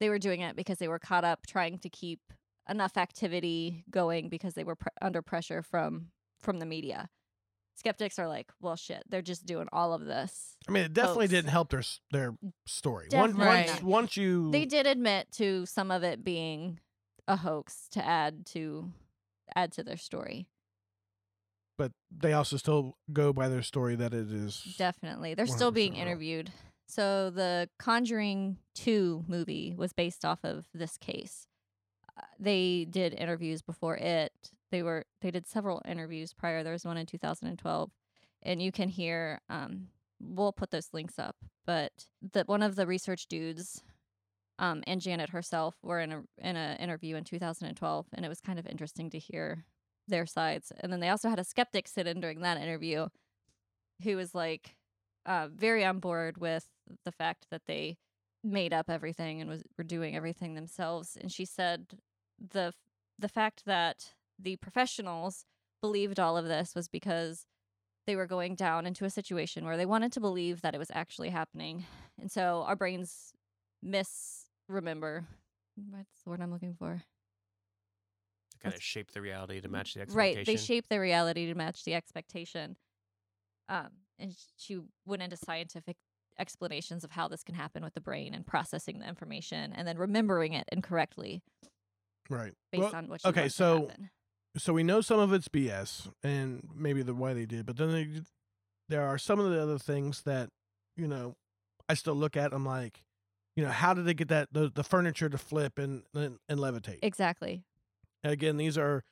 they were doing it because they were caught up trying to keep enough activity going because they were pr- under pressure from from the media skeptics are like, well, shit, they're just doing all of this. I mean, it definitely Hoax. didn't help their s- their story. Once, Definitely once not. once you They did admit to some of it being a hoax to add to add to their story. but they also still go by their story that it is Definitely. They're still 100% being real. interviewed. So the Conjuring 2 movie was based off of this case. Uh, They did interviews before it. They were they did several interviews prior. There was one in 2012 and you can hear um we'll put those links up, but that one of the research dudes um and Janet herself were in a in an interview in 2012 and it was kind of interesting to hear their sides. And then they also had a skeptic sit in during that interview who was like uh, very on board with the fact that they made up everything and was were doing everything themselves. And she said the the fact that the professionals believed all of this was because they were going down into a situation where they wanted to believe that it was actually happening, and so our brains misremember. What's the word I'm looking for? Kind of shape the reality to match the expectation. right they shape their reality to match the expectation um, and sh- she went into scientific explanations of how this can happen with the brain and processing the information and then remembering it incorrectly right. based Well, on what she okay, wants to so happen. so we know some of it's BS and maybe the why they did, but then they, there are some of the other things that you know I still look at. I'm like, you know, how did they get that the, the furniture to flip and and, and levitate? exactly Again, these are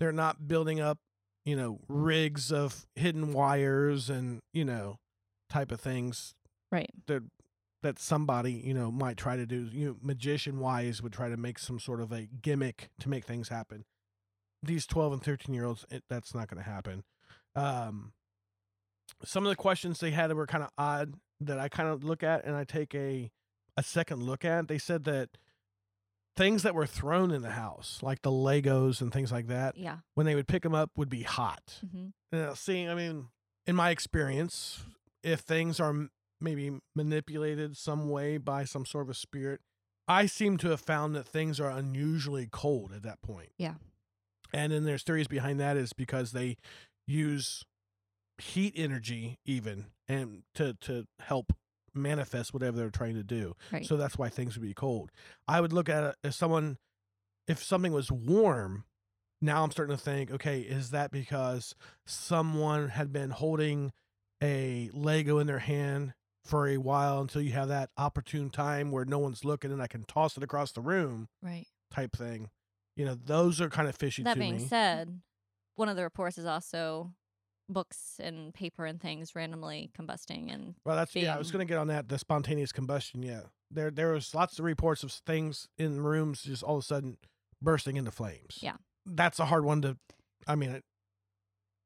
they're not building up you know rigs of hidden wires and you know type of things right that somebody you know might try to do you know, magician wise would try to make some sort of a gimmick to make things happen these 12 and 13 year olds it, that's not going to happen um some of the questions they had that were kind of odd that i kind of look at and i take a a second look at they said that things that were thrown in the house like the legos and things like that yeah when they would pick them up would be hot hmm yeah, see, I mean, in my experience, if things are m- maybe manipulated some way by some sort of a spirit, I seem to have found that things are unusually cold at that point. Yeah. And then there's theories behind that is because they use heat energy even and to to help manifest whatever they're trying to do. right So that's why things would be cold. I would look at it if someone, if something was warm, now I'm starting to think, okay, is that because someone had been holding a Lego in their hand for a while until you have that opportune time where no one's looking and I can toss it across the room right type thing? You know, those are kind of fishy that to being me. said one of the reports is also books and paper and things randomly combusting and Well, that's yeah. I was being- going to get on that the spontaneous combustion. Yeah, there there was lots of reports of things in rooms just all of a sudden bursting into flames. Yeah. that's a hard one to. I mean, it,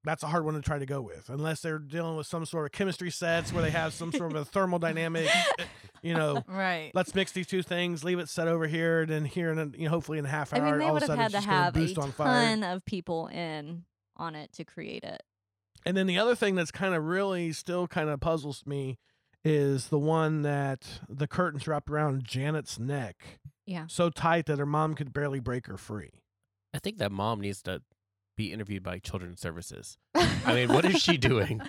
that's a hard one to try to go with, unless they're dealing with some sort of chemistry sets where they have some sort of a (laughs) thermodynamic. You know, Right. (laughs) let's mix these two things, leave it set over here, and then here, and you know, hopefully in a half i hour, mean they all would of a have sudden had it's just going to to have a boost on fire. ton of people in on it to create it And then the other thing that's kind of really still kind of puzzles me is the one that the curtains wrapped around Janet's neck yeah so tight that her mom could barely break her free. I think that mom needs to be interviewed by Children's Services. I mean, what is she (laughs) doing?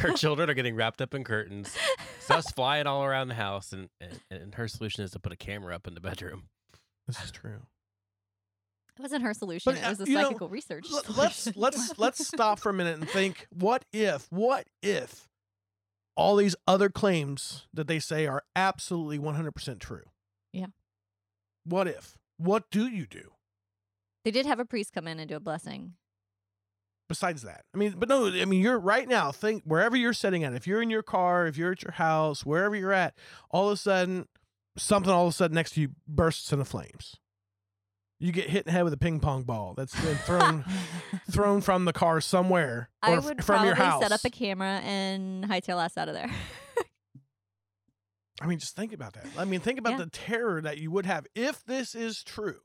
Her children are getting wrapped up in curtains, stuff's flying all around the house, and, and, and her solution is to put a camera up in the bedroom. This is true. It wasn't her solution. But, it uh, was the you know, psychical research. Let- let's solution. let's (laughs) let's stop for a minute and think what if what if all these other claims that they say are absolutely 100% true Yeah. what if what do you do They did have a priest come in and do a blessing. besides that i mean but no i mean you're right now think wherever you're sitting at if you're in your car if you're at your house wherever you're at all of a sudden something all of a sudden next to you bursts into flames you get hit in the head with a ping pong ball that's been (laughs) thrown thrown from the car somewhere or I f- would from probably your house set up a camera and hightail us out of there. (laughs) I mean, just think about that. I mean, think about Yeah. the terror that you would have if this is true.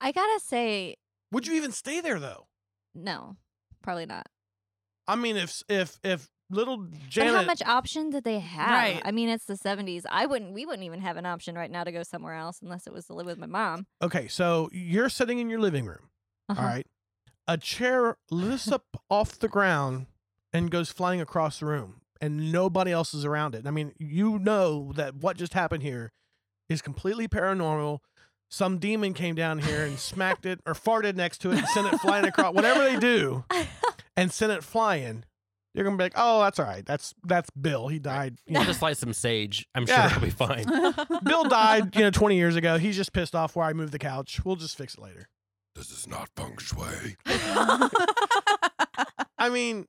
I gotta say, Would you even stay there though? no, probably not. I mean, if if if little But how Janet, much option did they have? Right. I mean, it's the seventies. I wouldn't. We wouldn't even have an option right now to go somewhere else unless it was to live with my mom. okay, so you're sitting in your living room. all Uh-huh. right, a chair lifts up off the ground and goes flying across the room, and nobody else is around it. I mean, you know that what just happened here is completely paranormal. Some demon came down here and smacked it or farted next to it and sent it flying across. Whatever they do, and send it flying, you're gonna be like, "Oh, that's all right. That's that's Bill. He died. (laughs) you (laughs) We'll know, just light some sage. I'm Yeah. sure it'll be fine. (laughs) Bill (laughs) died, you know, 20 years ago. He's just pissed off where I moved the couch. We'll just fix it later." This is not feng shui. I mean,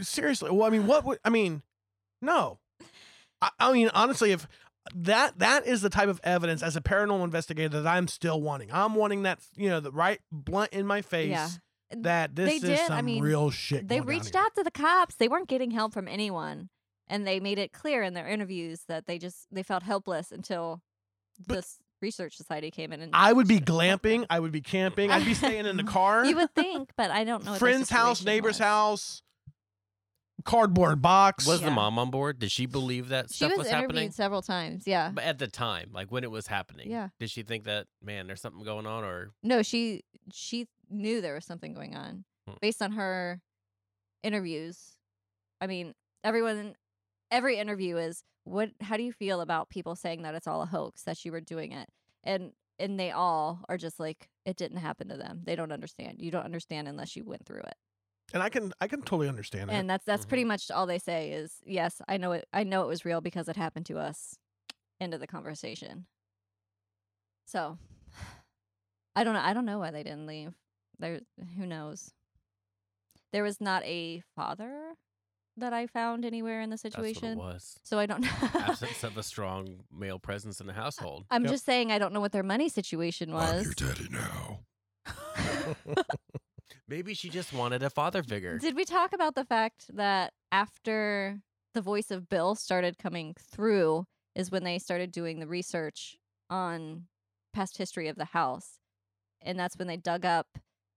seriously. Well, I mean, what would I mean? No, I, I mean honestly, if that that is the type of evidence as a paranormal investigator that I'm still wanting. I'm wanting that you know the right blunt in my face Yeah. that this They is did, I some mean, real shit. They going down reached here. out to the cops. They weren't getting help from anyone, and they made it clear in their interviews that they just they felt helpless until But- this research society came in. And I would be glamping. I would be camping. I'd be staying (laughs) in the car. You would think, but (laughs) I don't know. what their friend's house, situation neighbor's was. house, cardboard box. Was Yeah. the mom on board? Did she believe that She stuff was, was interviewed happening? several times. Yeah. But at the time, like when it was happening, Yeah. did she think that man, there's something going on, or No, she she knew there was something going on Hmm. based on her interviews. I mean, everyone every interview is what how do you feel about people saying that it's all a hoax that you were doing it? And and they all are just like it didn't happen to them. They don't understand. You don't understand unless you went through it. and I can I can totally understand that. And that's that's Mm-hmm. pretty much all they say is, "Yes, I know it I know it was real because it happened to us." End of the conversation. So, I don't know I don't know why they didn't leave. There who knows. There was not a father that I found anywhere in the that's situation. what it was? (laughs) So I don't know. Absence of a strong male presence in the household. I'm Yep. just saying I don't know what their money situation Oh, I'm your was. daddy now. Maybe she just wanted a father figure. Did we talk about the fact that after the voice of Bill started coming through is when they started doing the research on past history of the house, and that's when they dug up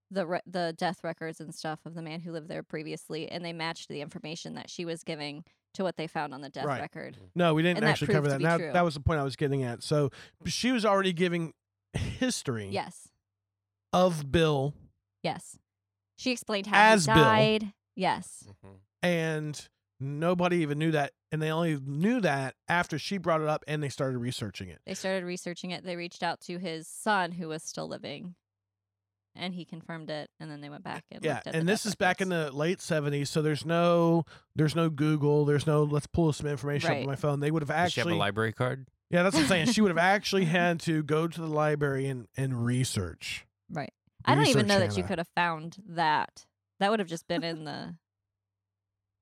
the re- the death records and stuff of the man who lived there previously, and they matched the information that she was giving to what they found on the death Right. Mm-hmm. record. no, we didn't and that actually proved cover to that. be Now true. that was the point I was getting at. So she was already giving history Yes, of Bill yes. She explained how As he Bill. died. Yes, Mhm. and nobody even knew that and they only knew that after she brought it up and they started researching it. they started researching it. They reached out to his son who was still living, and he confirmed it. And then they went back and yeah looked at the and this death is back in records. the late 70s so there's no there's no google there's no let's pull some information up on Right. my phone they would have Does she have actually a library card? yeah that's what i'm saying she would (laughs) have actually had to go to the library and and research right. I don't even research, know that you Hannah. could have found that. That would have just been in the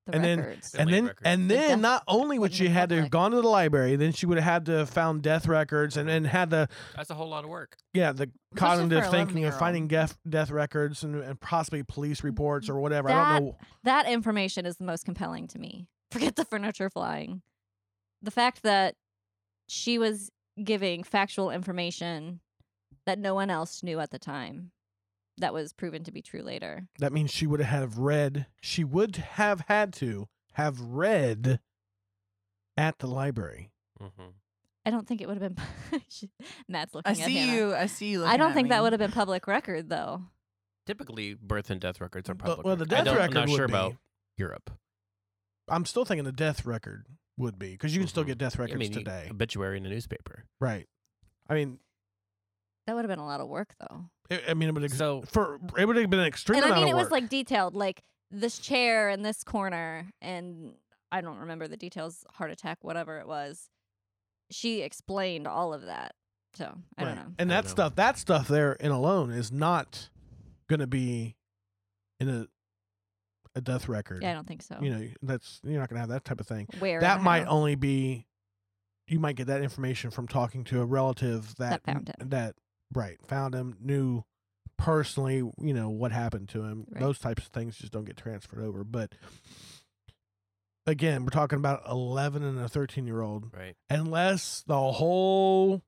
the And then- eh records. The and late then records. and The then death not only would wouldn't she be had to have public. gone to the library then she would have had to have found death records and, and had the That's a whole lot of work. yeah the for a cognitive thinking of 11-year-old. finding death death records and, and possibly police reports or whatever i That- don't know that information is the most compelling to me. (laughs) Forget the furniture flying. The fact that she was giving factual information that no one else knew at the time that was proven to be true later. that means she would have read she would have had to have read at the library Mhm. I don't think it would have been. (laughs) Matt's looking I at see Hannah. you. I see you. I don't think that would have been public record though. Typically, birth and death records are But- public. well, the records. I death don't- record I'm not would sure be. about Europe. I'm still thinking the death record would be because you can still Mhm. get death I records mean, you- today, Obituary in a newspaper. right? I mean, That would have been a lot of work, though. it, I mean, it would ex- So for it would have been an extreme and I amount mean, it of was work. like detailed, like this chair and this corner, and I don't remember the details, heart attack, whatever it was. She explained all of that, so I Right. don't know. And I that don't know. stuff, that stuff there in alone is not going to be in a a death record. Yeah, I don't think so. You know, that's you're not going to have that type of thing. Where that and might how. only be you might get that information from talking to a relative that That found him. that right found him knew personally you know what happened to him Right. those types of things just don't get transferred over but again we're talking about 11 and a 13 year old right, unless the whole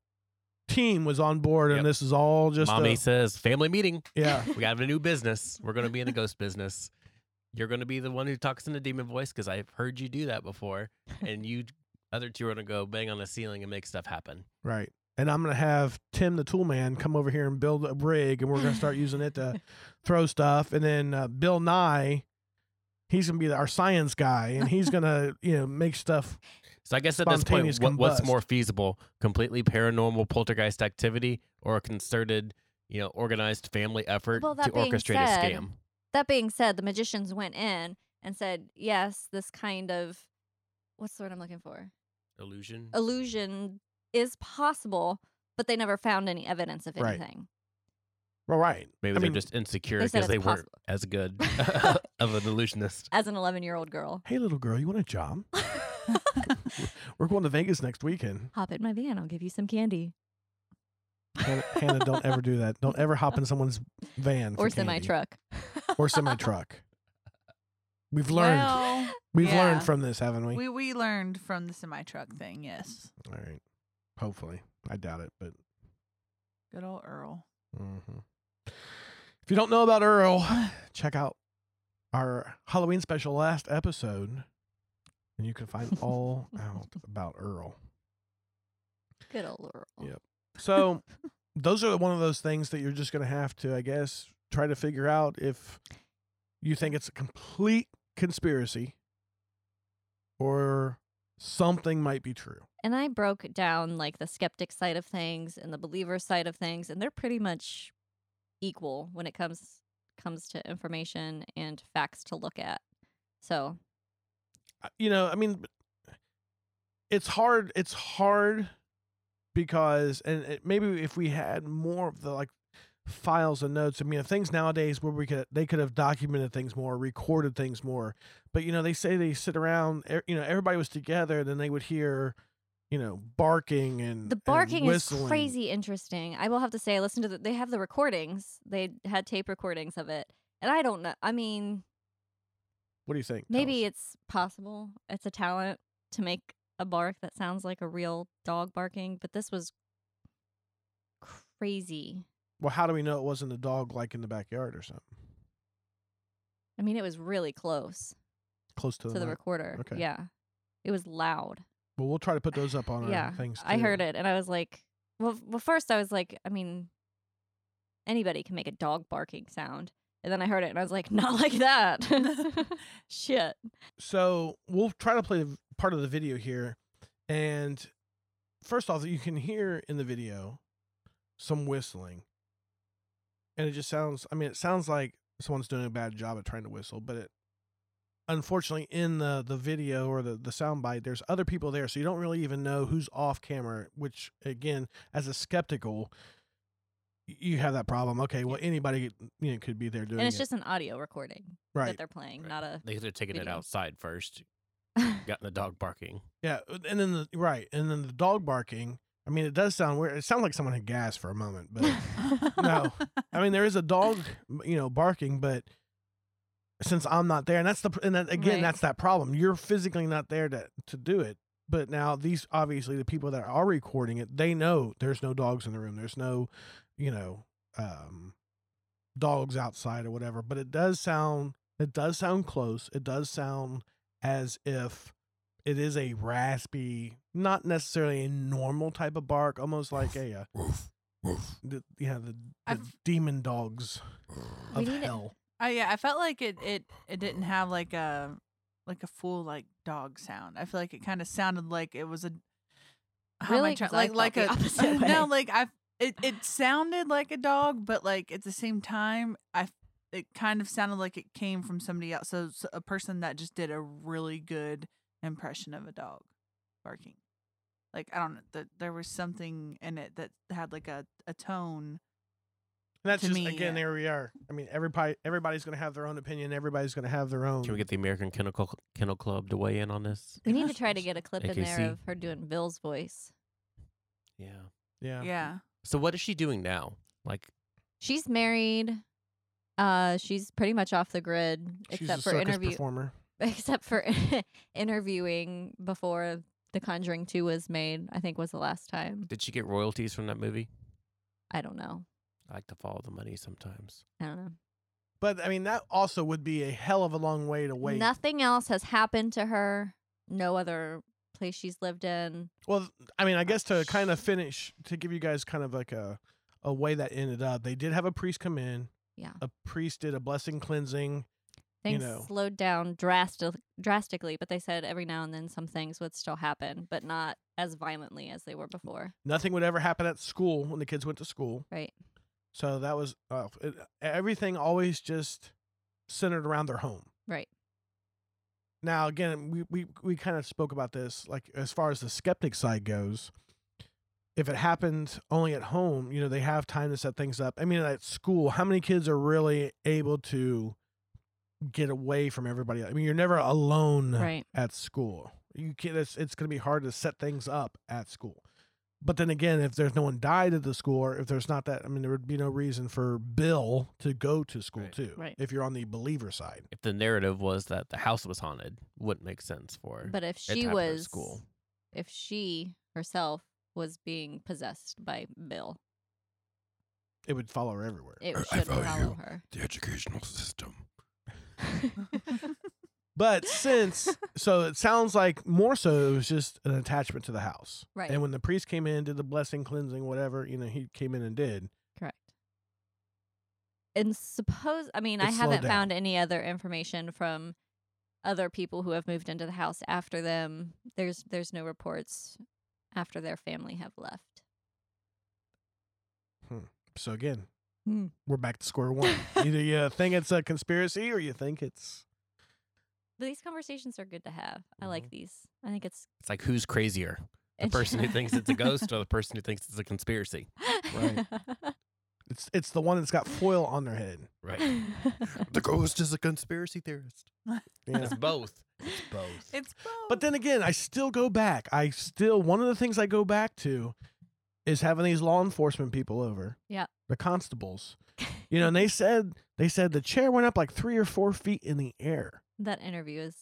team was on board Yep. and this is all just a- mommy says family meeting. (laughs) (laughs) yeah We got a new business. We're going to be in the ghost business. You're going to be the one who talks in the demon voice because I've heard you do that before. And you other two are going to go bang on the ceiling and make stuff happen. right and i'm gonna have tim the tool man come over here and build a rig and we're gonna start using it to throw stuff and then uh, bill nye he's gonna be the, our science guy and he's gonna you know make stuff So I guess at this point, Spontaneous what, what's combust. more feasible? Completely paranormal poltergeist activity or a concerted, you know, organized family effort Well, that to being orchestrate said, a scam? (laughs) That being said, the magicians went in and said, "Yes, this kind of what's the word I'm looking for? Illusion. Illusion is possible." But they never found any evidence of Right. anything. well right Maybe I they're mean- just insecure They said because they it's weren't possible. as good (laughs) (laughs) of an illusionist. As an 11 year (laughs) old girl, (laughs) hey little girl you want a job hop we're going to vegas next weekend in my van. I'll give you some candy hannah, hannah don't ever do that don't ever hop in someone's van for or candy. semi truck. (laughs) or semi truck we've learned Well, we've yeah. learned from this haven't we we we learned from the semi truck thing. Yes, all right hopefully i doubt it but good old Earl. Mm-hmm. If you don't know about Earl, (sighs) check out our Halloween special last episode, and you can find all out about Earl. Good old Laurel. Yeah. So, those are one of those things that you're just going to have to, I guess, try to figure out if you think it's a complete conspiracy or something might be true. And I broke down like the skeptic side of things and the believer side of things, and they're pretty much equal when it comes comes to information and facts to look at. So I- you know, I mean, it's hard. It's hard because, and it, maybe if we had more of the like files and notes, I mean, things nowadays where we could they could have documented things more, recorded things more. But you know, they say they sit around. e- You know, everybody was together, and then they would hear, you know, barking and the and barking is whistling. crazy interesting. I will have to say, I listened to the, they have the recordings. They had tape recordings of it, and I don't know. I mean, What do you think? Tell maybe us. it's possible. It's a talent to make a bark that sounds like a real dog barking, but this was crazy. well, how do we know it wasn't a dog like in the backyard or something I mean, it was really close. close to the, to the mic? recorder. Okay. Yeah. It was loud. Well, we'll try to put those up on our yeah. things. I too. heard it and I was like, well, f- well, first I was like, I mean, anybody can make a dog barking sound. And then I heard it and I was like, (laughs) not (laughs) like that. Shit. so we'll try to play the v- part of the video here and first off you can hear in the video some whistling and it just sounds i mean it sounds like someone's doing a bad job at trying to whistle but it unfortunately in the the video or the the sound bite there's other people there so you don't really even know who's off camera which again as a skeptical y- you have that problem okay well anybody you know could be there doing and it's it just an audio recording right that they're playing, Right. not a. They could have taken it video. outside first, gotten the dog barking. Yeah, uh, and then the right, and then the dog barking. I mean, it does sound weird. It sounds like someone had gas for a moment, but (laughs) No. I mean, there is a dog, m- you know, barking, but since I'm not there, and that's the pr- and that, again, Right. that's that problem. You're physically not there to to do it. But now these obviously the people that are recording it, they know there's no dogs in the room. There's no, you know, um, dogs outside or whatever. But it does sound it does sound close. It does sound as if it is a raspy, not necessarily a normal type of bark, almost like a uh, Woof, Woof. The, yeah, the, the I've- demon dogs We of need it- hell. I yeah, I felt like it it it didn't have like a like a full like dog sound. I feel like it kind of sounded like it was a how am I Really? try- 'Cause I like felt like the a (laughs) uh, opposite no way. like I it it sounded like a dog, but like at the same time I it kind of sounded like it came from somebody else. So, so a person that just did a really good impression of a dog barking. Like I don't know, th- there was something in it that had like a a tone. And that's to just me, again uh, there we are. I mean, everybody everybody's gonna have their own opinion. Everybody's gonna have their own. Can we get the American Kennel, Cl- Kennel Club to weigh in on this? We need to try to get a clip in AKC. there of her doing Bill's voice. Yeah. yeah. Yeah. So what is she doing now? Like, She's married. Uh, she's pretty much off the grid She's except a for circus interview performer. (laughs) except for (laughs) interviewing before The Conjuring 2 was made, I think was the last time. did she get royalties from that movie? I don't know. I like to follow the money sometimes. I don't know. But I mean, that also would be a hell of a long way to wait. Nothing else has happened to her. No other place she's lived in. Well, I mean, I guess to kind of finish, to give you guys kind of like a a way that ended up, they did have a priest come in. Yeah. A priest did a blessing cleansing. You Things know. slowed down drastic- drastically, but they said every now and then some things would still happen, but not as violently as they were before. Nothing would ever happen at school when the kids went to school. Right. So that was uh, it, everything always just centered around their home. Right. Now, again, we, we, we kind of spoke about this, like as far as the skeptic side goes, if it happened only at home, you know, they have time to set things up. I mean, at school, how many kids are really able to get away from everybody? I mean, you're never alone Right. at school. You can't, it's, it's going to be hard to set things up at school. But then again, if there's no one died at the school, or if there's not that, I mean, there would be no reason for Bill to go to school Right. too, Right. if you're on the believer side. If the narrative was that the house was haunted, wouldn't make sense for. But if it to she happen at was, school. if she herself was being possessed by Bill, It would follow her everywhere. it Er, I should value follow her. The educational (laughs) system. But since, so it sounds like more so it was just an attachment to the house. right. And when the priest came in, did the blessing, cleansing, whatever, you know, he came in and did. Correct. And suppose, I mean, I It slowed haven't down. found any other information from other people who have moved into the house after them. There's there's no reports after their family have left. So again, Hmm. we're back to square (laughs) one. Either you think it's a conspiracy or you think it's. But these conversations are good to have. I like these. I think it's it's like who's crazier, Mm-hmm. the person who thinks it's a ghost or the person who thinks it's a conspiracy? Right. It's it's the one that's got foil on their head. (laughs) Right. The ghost is a conspiracy theorist. Yeah. It's both. It's both. It's both. But then again, I still go back. I still one of the things I go back to is having these law enforcement people over. Yeah. The constables. You know, and they said they said the chair went up like three or four feet in the air. that interview is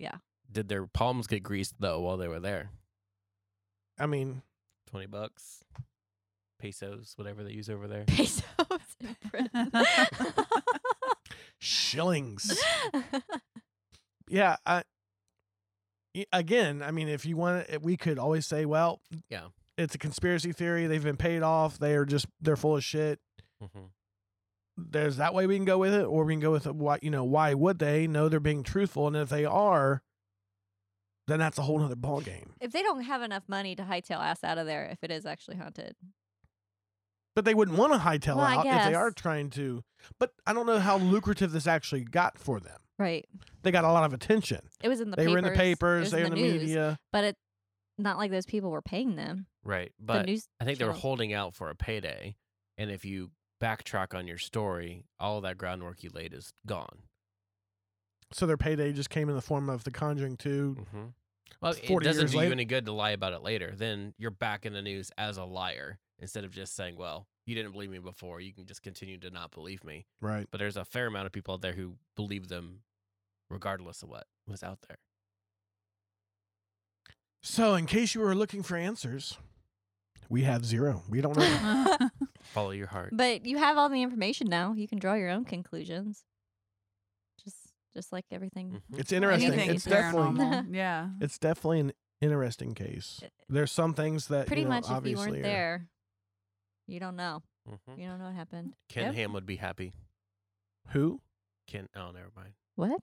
(laughs) Did their palms get greased though while they were there? I mean, Twenty bucks, pesos, whatever they use over there. pesos in (laughs) (laughs) print. shillings. yeah. I, y- again, I mean, if you want, to, we could always say, well, Yeah. it's a conspiracy theory. They've been paid off. They are just they're full of shit. Mm-hmm. there's that way we can go with it, or we can go with why you know why would they know they're being truthful, and if they are, then that's a whole other ball game. if they don't have enough money to hightail ass out of there, if it is actually haunted, But they wouldn't want to hightail Well, I out if they are guess. trying to. But I don't know how lucrative this actually got for them. right? They got a lot of attention. It was in the they papers. were in the it papers. was They were in the news, media. But it not like those people were paying them. Right, the but news I think they were channel. holding out for a payday, and if you backtrack on your story, all that groundwork you laid is gone. So their payday just came in the form of The Conjuring Two. Mm-hmm. Well, it 40 doesn't years do you later. any good to lie about it later. Then you're back in the news as a liar instead of just saying, "Well, you didn't believe me before. You can just continue to not believe me." Right. But there's a fair amount of people out there who believe them, regardless of what was out there. So in case you were looking for answers, we have zero. We don't (laughs) know. Follow your heart. But you have all the information now. You can draw your own conclusions. Just just like Mm-hmm. everything. Mhm. it's interesting. Anything it's is definitely (laughs) paranormal. yeah. it's definitely an interesting case. There's some things that Eh, Pretty you know, much if you obviously uh, weren't are- there, You don't know. Mhm. You don't know what happened. Ken Yep. Ham would be happy. Who? Ken, oh, never mind. (laughs) (laughs) What?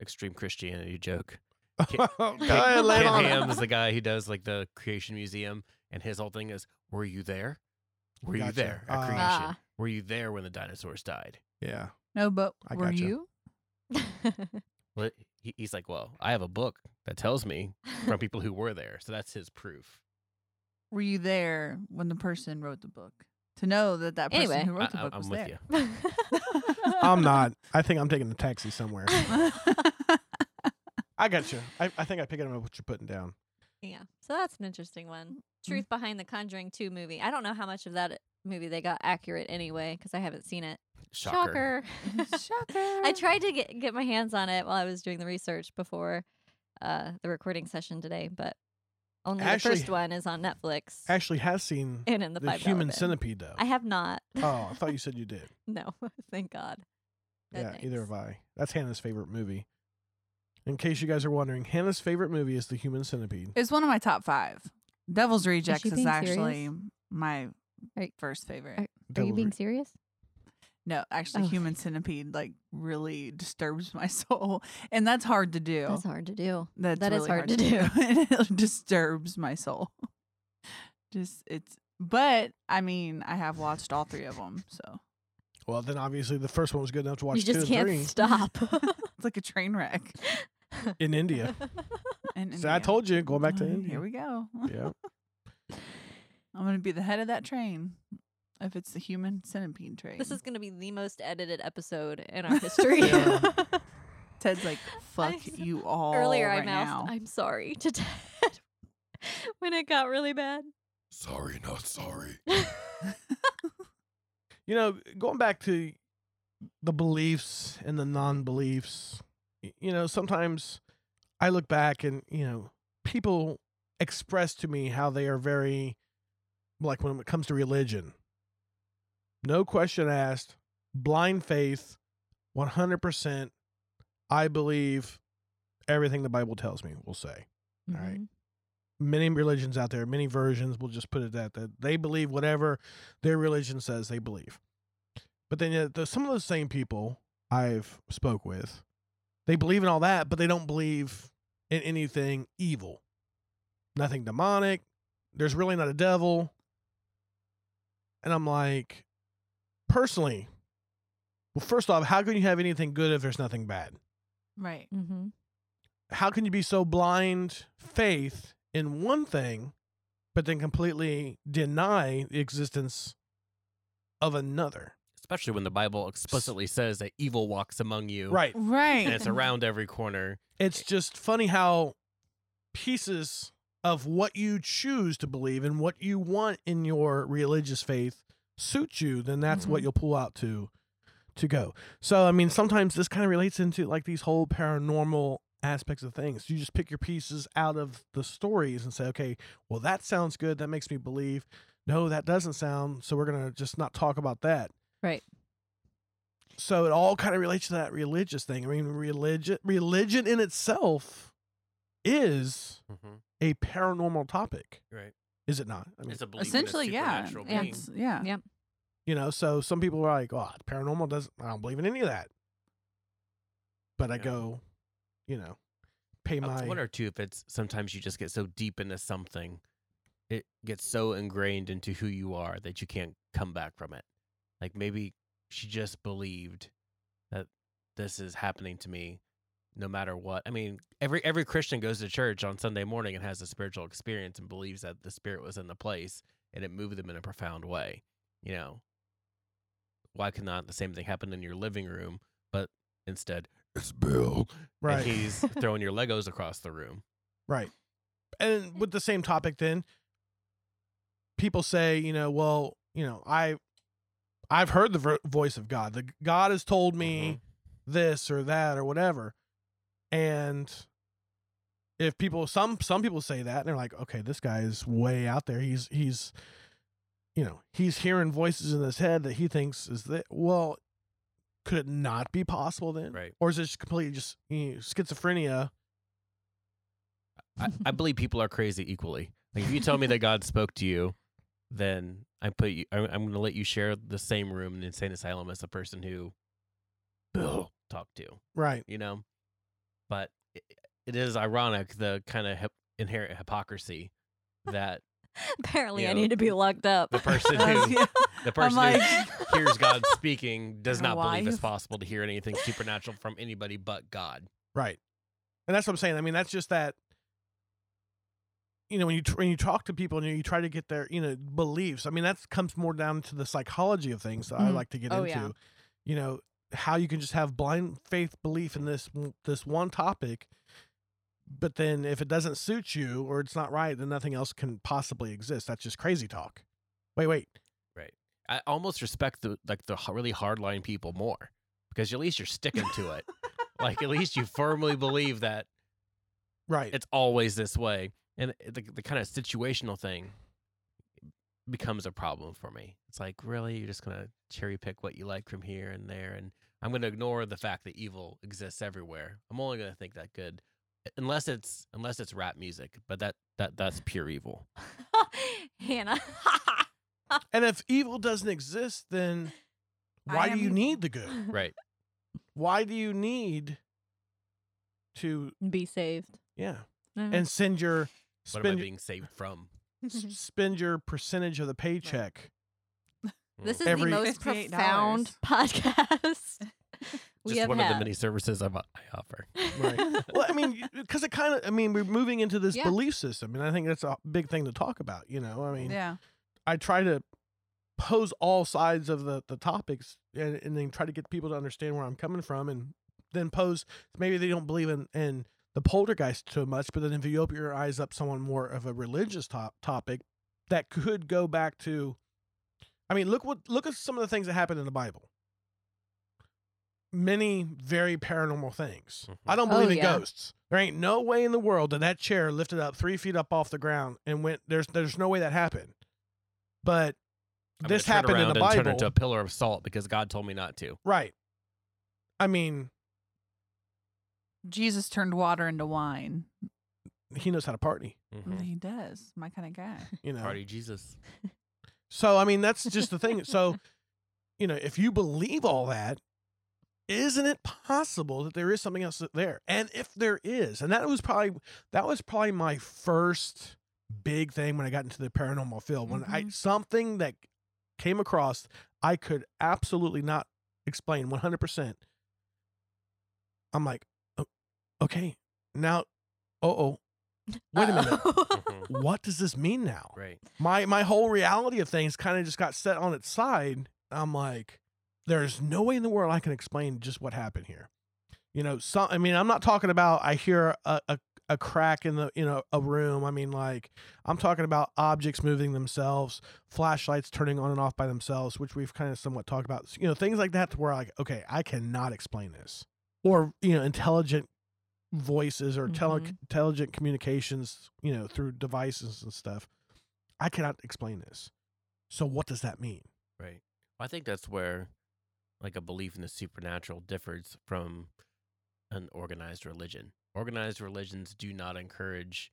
Extreme Christianity joke. (laughs) Go ahead, lay it Ken on Ham us. is the guy who does like the Creation Museum, and his whole thing is, "Were you there? Were you Gotcha. there at Ah. creation? Ah. Were you there when the dinosaurs died?" Yeah. No, but I were gotcha. you? Well, he, he's like, "Well, I have a book that tells (laughs) me from people who were there, so that's his proof." Were you there when the person wrote the book? To know that that person Anyway. who wrote the I, book am was with there. you. I'm not. I think I'm taking a taxi (laughs) somewhere. I got you. I, I think I pick up what you're putting down. yeah. So that's an interesting one. Mm-hmm. Truth behind the Conjuring 2 movie. I don't know how much of that movie they got accurate anyway because I haven't seen it. Shocker. (laughs) (laughs) Shocker. (laughs) I tried to get get my hands on it while I was doing the research before uh, the recording session today, but only Ashley- the first one is on Netflix Ashley has seen and in the, the five human bin. centipede, though. I have not. (laughs) oh, I thought you said you did. (laughs) no, thank God. No yeah, either thanks. have I. That's Hannah's favorite movie. In case you guys are wondering, Hannah's favorite movie is The Human Centipede. It's one of my top five. Devil's Rejects is being actually serious? my Are you- first favorite. are- Are Devil's you being Re- serious? No, actually, Oh. Human Centipede like really disturbs my (laughs) soul, and that's hard to do. That's hard to do. That's that is really hard to (laughs) (laughs) it disturbs my soul. (laughs) Just it's, but I mean, I have watched all three of them, so well, then obviously the first one was good enough to watch you just two and can't three (laughs) stop. it's like a train (laughs) wreck. in India. And So I told you, going back to India. Uh, Here we go. (laughs) Yeah. I'm gonna be the head of that train if it's the Human Centipede train. This is going to be the most edited episode (laughs) in our history. (laughs) Yeah. Ted's like, fuck I- you all. Earlier, right I now. mouthed, I'm sorry to Ted (laughs) when it got really bad. Sorry, not (laughs) sorry. Mm-hmm, You know, going back to the beliefs and the non beliefs, you know, sometimes I look back and, you know, people express to me how they are very, like when it comes to religion, no question asked, blind faith, 100%. I believe everything the Bible tells me, we'll say. All right. Mhm. many religions out there, many versions. We'll just put it that that they believe whatever their religion says they believe. But then uh, the, some of those same people I've spoke with, they believe in all that, but they don't believe in anything evil, nothing demonic. There's really not a devil. And I'm like, personally, well, first off, how can you have anything good if there's nothing bad? (laughs) Right. Mhm. how can you be so blind faith in one thing but then completely deny the existence of another Especially when the Bible explicitly says that evil walks among you, right Right. And it's (laughs) around every corner. it's just funny how pieces of what you choose to believe and what you want in your religious faith suit you then that's what Mhm. you'll pull out to to go so i mean sometimes this kind of relates into like these whole paranormal aspects of things you just pick your pieces out of the stories and say okay well that sounds good that makes me believe no that doesn't sound so we're gonna just not talk about that Right. so it all kind of relates to that religious thing. I mean, religion religion in itself is Mm-hmm. a paranormal topic, Right. is it not? I mean, It's a belief Essentially, in a yeah. supernatural Yeah. being. It's- (laughs) yeah. Yeah. you know, so some people are like, "Oh, paranormal doesn't. I don't believe in any of that." But I Yeah. go, you know, pay I my wonder too if it's sometimes you just get so deep into something, it gets so ingrained into who you are that you can't come back from it. Like maybe she just believed that this is happening to me no matter what. I mean, every every Christian goes to church on Sunday morning and has a spiritual experience and believes that the spirit was in the place and it moved them in a profound way. You know. Why could not the same thing happen in your living room, but instead It's Bill. and right, he's throwing your Legos across the room. right. And with the same topic, then people say, you know, well, you know, I, I've heard the vo- voice of God. The God has told me. Mhm. this or that or whatever. And if people some some people say that and they're like, okay, this guy is way out there. He's he's you know, he's hearing voices in his head that he thinks is that well, could it not be possible then? Right. Or is it just completely just you know, schizophrenia? I, I believe people are crazy equally. Like if you tell me that God spoke to you, then I put you. I'm, I'm going to let you share the same room in the insane asylum as the person who Bill talked to. Right. You know, but it, it is ironic the kind of hip, inherent hypocrisy that Apparently, You I know, need to be locked up. the person (laughs) I was- who yeah. (laughs) the person like- who hears God speaking does I don't not know why believe it's you- possible to hear anything supernatural from anybody but God. Right. And that's what I'm saying. I mean, that's just that. You know, when you tr- when you talk to people and you, you try to get their you know beliefs. I mean, that comes more down to the psychology of things that I Mhm. like to get Oh, into. yeah. You know how you can just have blind faith belief in this this one topic, but then if it doesn't suit you or it's not right, then nothing else can possibly exist. That's just crazy talk. Wait, wait. I almost respect the like the h- really hardline people more because at least you're sticking to it. like at least you firmly believe that Right. it's always this way, and it- the, the kind of situational thing becomes a problem for me. It's like really you're just gonna cherry pick what you like from here and there, and I'm gonna ignore the fact that evil exists everywhere. I'm only gonna think that good, unless it's unless it's rap music, but that that that's pure evil. (laughs) Hannah. (laughs) and if evil doesn't exist, then I why do am you evil. need the good? Right. why do you need to Be saved. yeah Yeah. (laughs) and send your What am I spend, being saved from? Mm-hmm. s- spend your percentage of the paycheck Mm. this is Every- the most $58. profound (laughs) podcast we Just have one had. of (laughs) the many services I've, I offer. Right. well i mean because it kind of i mean we're moving into this Yeah. belief system and i think that's a big thing to talk about you know i (laughs) mean (laughs) yeah. i try to pose all sides of the the topics and, and then try to get people to understand where i'm coming from and then pose maybe they don't believe in in the poltergeist so much but then if you open your eyes up someone more of a religious top, topic that could go back to i mean look what look at some of the things that happened in the bible many very paranormal things Mhm. i don't Oh, believe in yeah. ghosts there ain't no way in the world that that chair lifted up three feet up off the ground and went there's there's no way that happened but I'm this gonna turn happened in around and the bible Turn it into a pillar of salt because God told me not to. right i mean Jesus turned water into wine. he knows how to party He does. My kind of guy. you know Mm-hmm. Party Jesus. So I mean, that's just the thing. So, you know, if you believe all that, isn't it possible that there is something else that- there? And if there is, and that was probably that was probably my first big thing when I got into the paranormal field. When I Mhm. something that came across I could absolutely not explain 100%. I'm like, "O- okay, now, oh, oh, (laughs) wait a minute. Mhm. What does this mean now? Right. my my whole reality of things kind of just got set on its side. I'm like, there's no way in the world I can explain just what happened here. You know, some. I mean, I'm not talking about I hear a a, a crack in the you know a room. I mean, like I'm talking about objects moving themselves, flashlights turning on and off by themselves, which we've kind of somewhat talked about. You know, things like that to where like, okay, I cannot explain this, or you know, intelligent voices or tele- Mhm. intelligent communications, you know, through devices and stuff. I cannot explain this. So what does that mean? Right. I think that's where like a belief in the supernatural differs from an organized religion. Organized religions do not encourage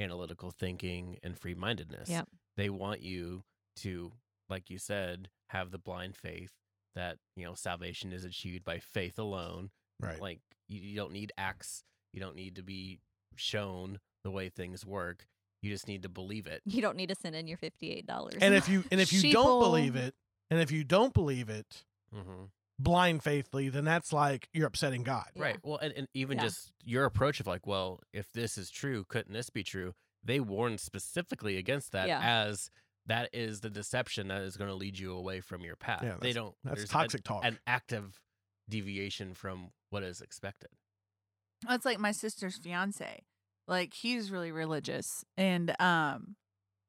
analytical thinking and free mindedness. Yep. They want you to, like you said, have the blind faith that, you know, salvation is achieved by faith alone. Right. Like you, you don't need acts. You don't need to be shown the way things work. You just need to believe it. (laughs) you don't need to send in your fifty-eight dollars. (laughs) and if you and if you don't Sheeple. believe it, and if you don't believe it Mm-hmm. blind faithly, then that's like you're upsetting God. Yeah. Right. Well, and, and even Yeah. just your approach of like, well, if this is true, couldn't this be true? They warn specifically against that Yeah. as that is the deception that is going to lead you away from your path. Yeah, they that's- don't. That's there's an- toxic talk. An active deviation from what is expected. That's like my sister's fiance. Like he's really religious and um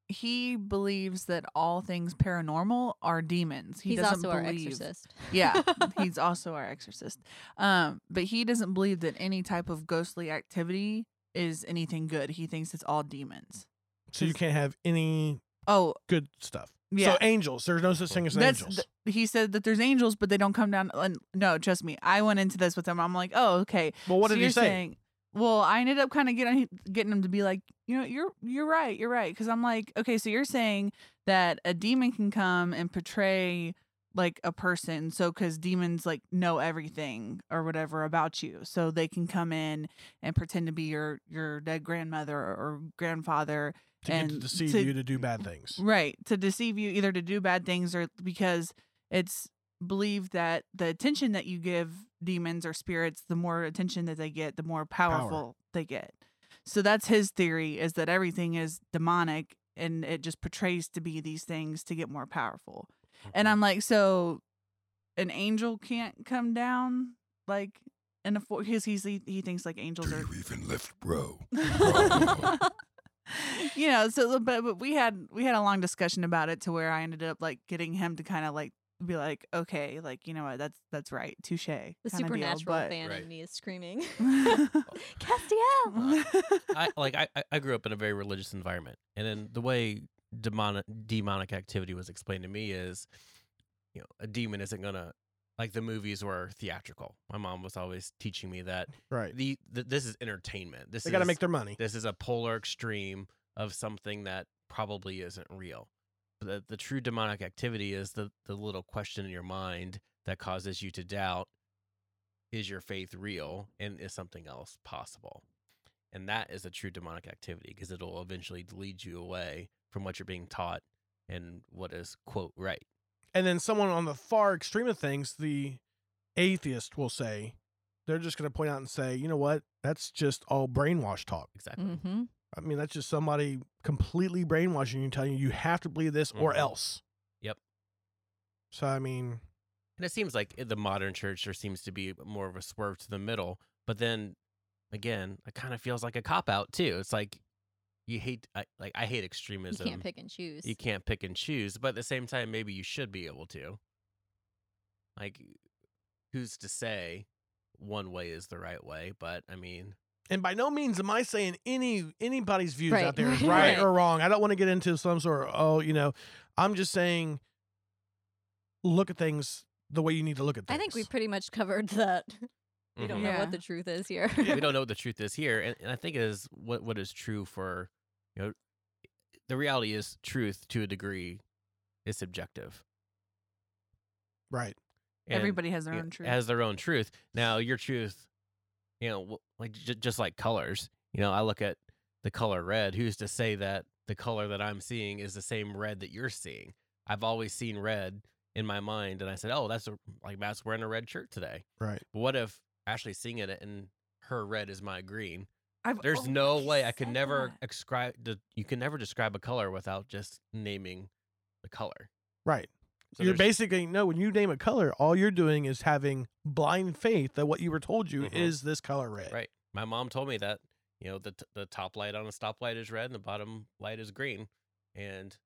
he believes that all things paranormal are demons. He he's doesn't also our believe- exorcist. (laughs) Yeah. he's also our exorcist. Um, but he doesn't believe that any type of ghostly activity is anything good. He thinks it's all demons. so you can't have any Oh, good stuff. Yeah. So angels, there's no such thing as that's angels. th- he said that there's angels, but they don't come down. And, no, trust me, I went into this with him. I'm like, oh, okay. well, what so did you're he say? Saying, Well, I ended up kind of getting getting him to be like, you know, you're you're right, you're right, because I'm like, okay, so you're saying that a demon can come and portray like a person, so because demons like know everything or whatever about you, so they can come in and pretend to be your your dead grandmother or grandfather, to get to And deceive to- you to do bad things. right, to deceive you either to do bad things or because it's believed that the attention that you give demons or spirits, the more attention that they get, the more powerful they get. So that's his theory is that everything is demonic and it just portrays to be these things to get more powerful. And (laughs) I'm like, so an angel can't come down like in a for because he's he, he thinks like angels Do are you even lift, (laughs) bro? you know so but, but we had we had a long discussion about it to where i ended up like getting him to kind of like be like okay like you know what that's that's right touche The supernatural (laughs) fan in me is screaming, (laughs) Uh-huh. Castiel. I like I I- I grew up in a very religious environment, and then the way demonic demonic activity was explained to me is, you know, a demon isn't gonna like the movies were theatrical. My mom was always teaching me that Right. the th- this is entertainment. This They got to is- make their money. this is a polar extreme of something that probably isn't real. But the, the true demonic activity is the, the little question in your mind that causes you to doubt is your faith real and is something else possible? And that is a true demonic activity because it'll eventually lead you away from what you're being taught and what is, quote, right. And then someone on the far extreme of things, the atheist will say, they're just going to point out and say, you know what? That's just all brainwash talk. Exactly. (laughs) Mm-hmm. I mean, that's just somebody completely brainwashing you, telling you you have to believe this or Mhm. else. Yep. So, I mean, And it seems like in the modern church, there seems to be more of a swerve to the middle. But then again, it kind of feels like a cop out too. It's like you hate, I, like I hate You extremism. can't pick and choose. You can't pick and choose, but at the same time, maybe you should be able to. Like, who's to say one way is the right way? But I mean, and by no means am I saying any anybody's views Right, out there (laughs) is right, right, or wrong. I don't want to get into some sort of oh, you know, I'm just saying look at things the way you need to look at things. I think we pretty much covered that. (laughs) We don't mhm. know Yeah. what the truth is here. we don't know what the truth is here and, and i think it is what what is true for you know the reality is truth to a degree is subjective right. And, everybody has their you know, own truth has their own truth now your truth you know wh- like j- just like colors you know i look at the color red who's to say that the color that i'm seeing is the same red that you're seeing i've always seen red in my mind and i said oh that's a, like matt's wearing a red shirt today Right. but what if ashley's seeing it and her red is my green I've there's always no way I could oh, said never that. describe the you can never describe a color without just naming the color. Right. So you're there's- basically no, when you name a color, all you're doing is having blind faith that what you were told you Mhm. is this color red. right. My mom told me that you know the t- the top light on a stoplight is red and the bottom light is green, and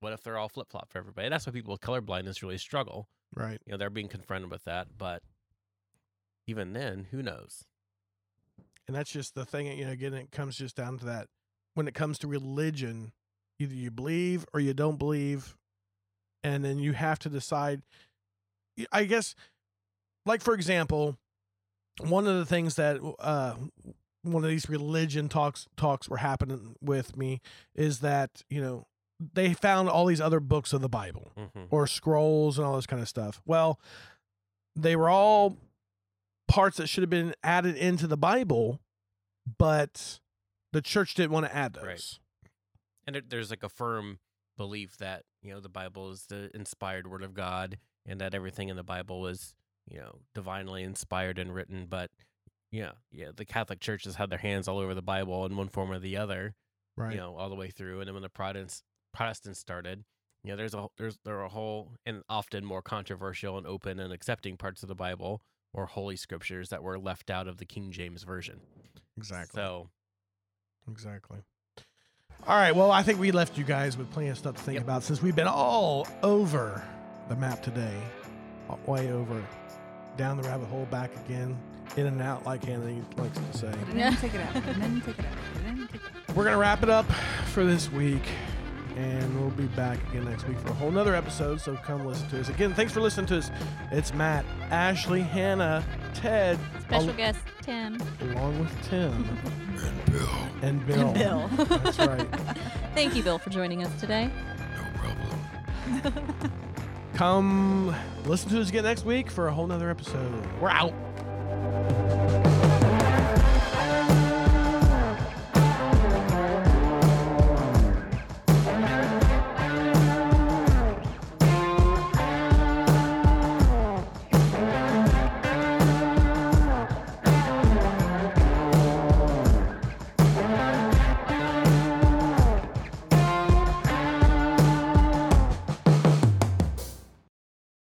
what if they're all flip flop for everybody? That's why people with color blindness really struggle. Right. You know they're being confronted with that, but even then, who knows? And that's just the thing, you know, again, it comes just down to that when it comes to religion, either you believe or you don't believe. And then you have to decide. Y- I guess, like, for example, one of the things that uh, one of these religion talks talks were happening with me is that, you know, they found all these other books of the Bible Mm-hmm. or scrolls and all this kind of stuff. Well, they were all parts that should have been added into the Bible, but the church didn't want to add those. Right. and there- there's like a firm belief that you know the bible is the inspired word of god and that everything in the bible is you know divinely inspired and written but yeah yeah the catholic church has had their hands all over the bible in one form or the other Right. you know all the way through and then when the protestants protestants started you know there's a wh- there's there are a whole and often more controversial and open and accepting parts of the bible or holy scriptures that were left out of the king james version Exactly. so Exactly. All right. Well, I think we left you guys with plenty of stuff to think Yep. about since we've been all over the map today, all- way over, down the rabbit hole, back again, in and out, like Hannah likes to say. (laughs) But then take it out. And then take it out. And then take it out. We're going to wrap it up for this week. and we'll be back again next week for a whole nother episode. So come listen to us again. Thanks for listening to us. It's Matt, Ashley, Hannah, Ted, (laughs) Special al- guest Tim along with Tim (laughs) And Bill, and Bill. and Bill. That's (laughs) right. Thank you, Bill, for joining us today. no problem. Come listen to us again next week for a whole nother episode. We're out.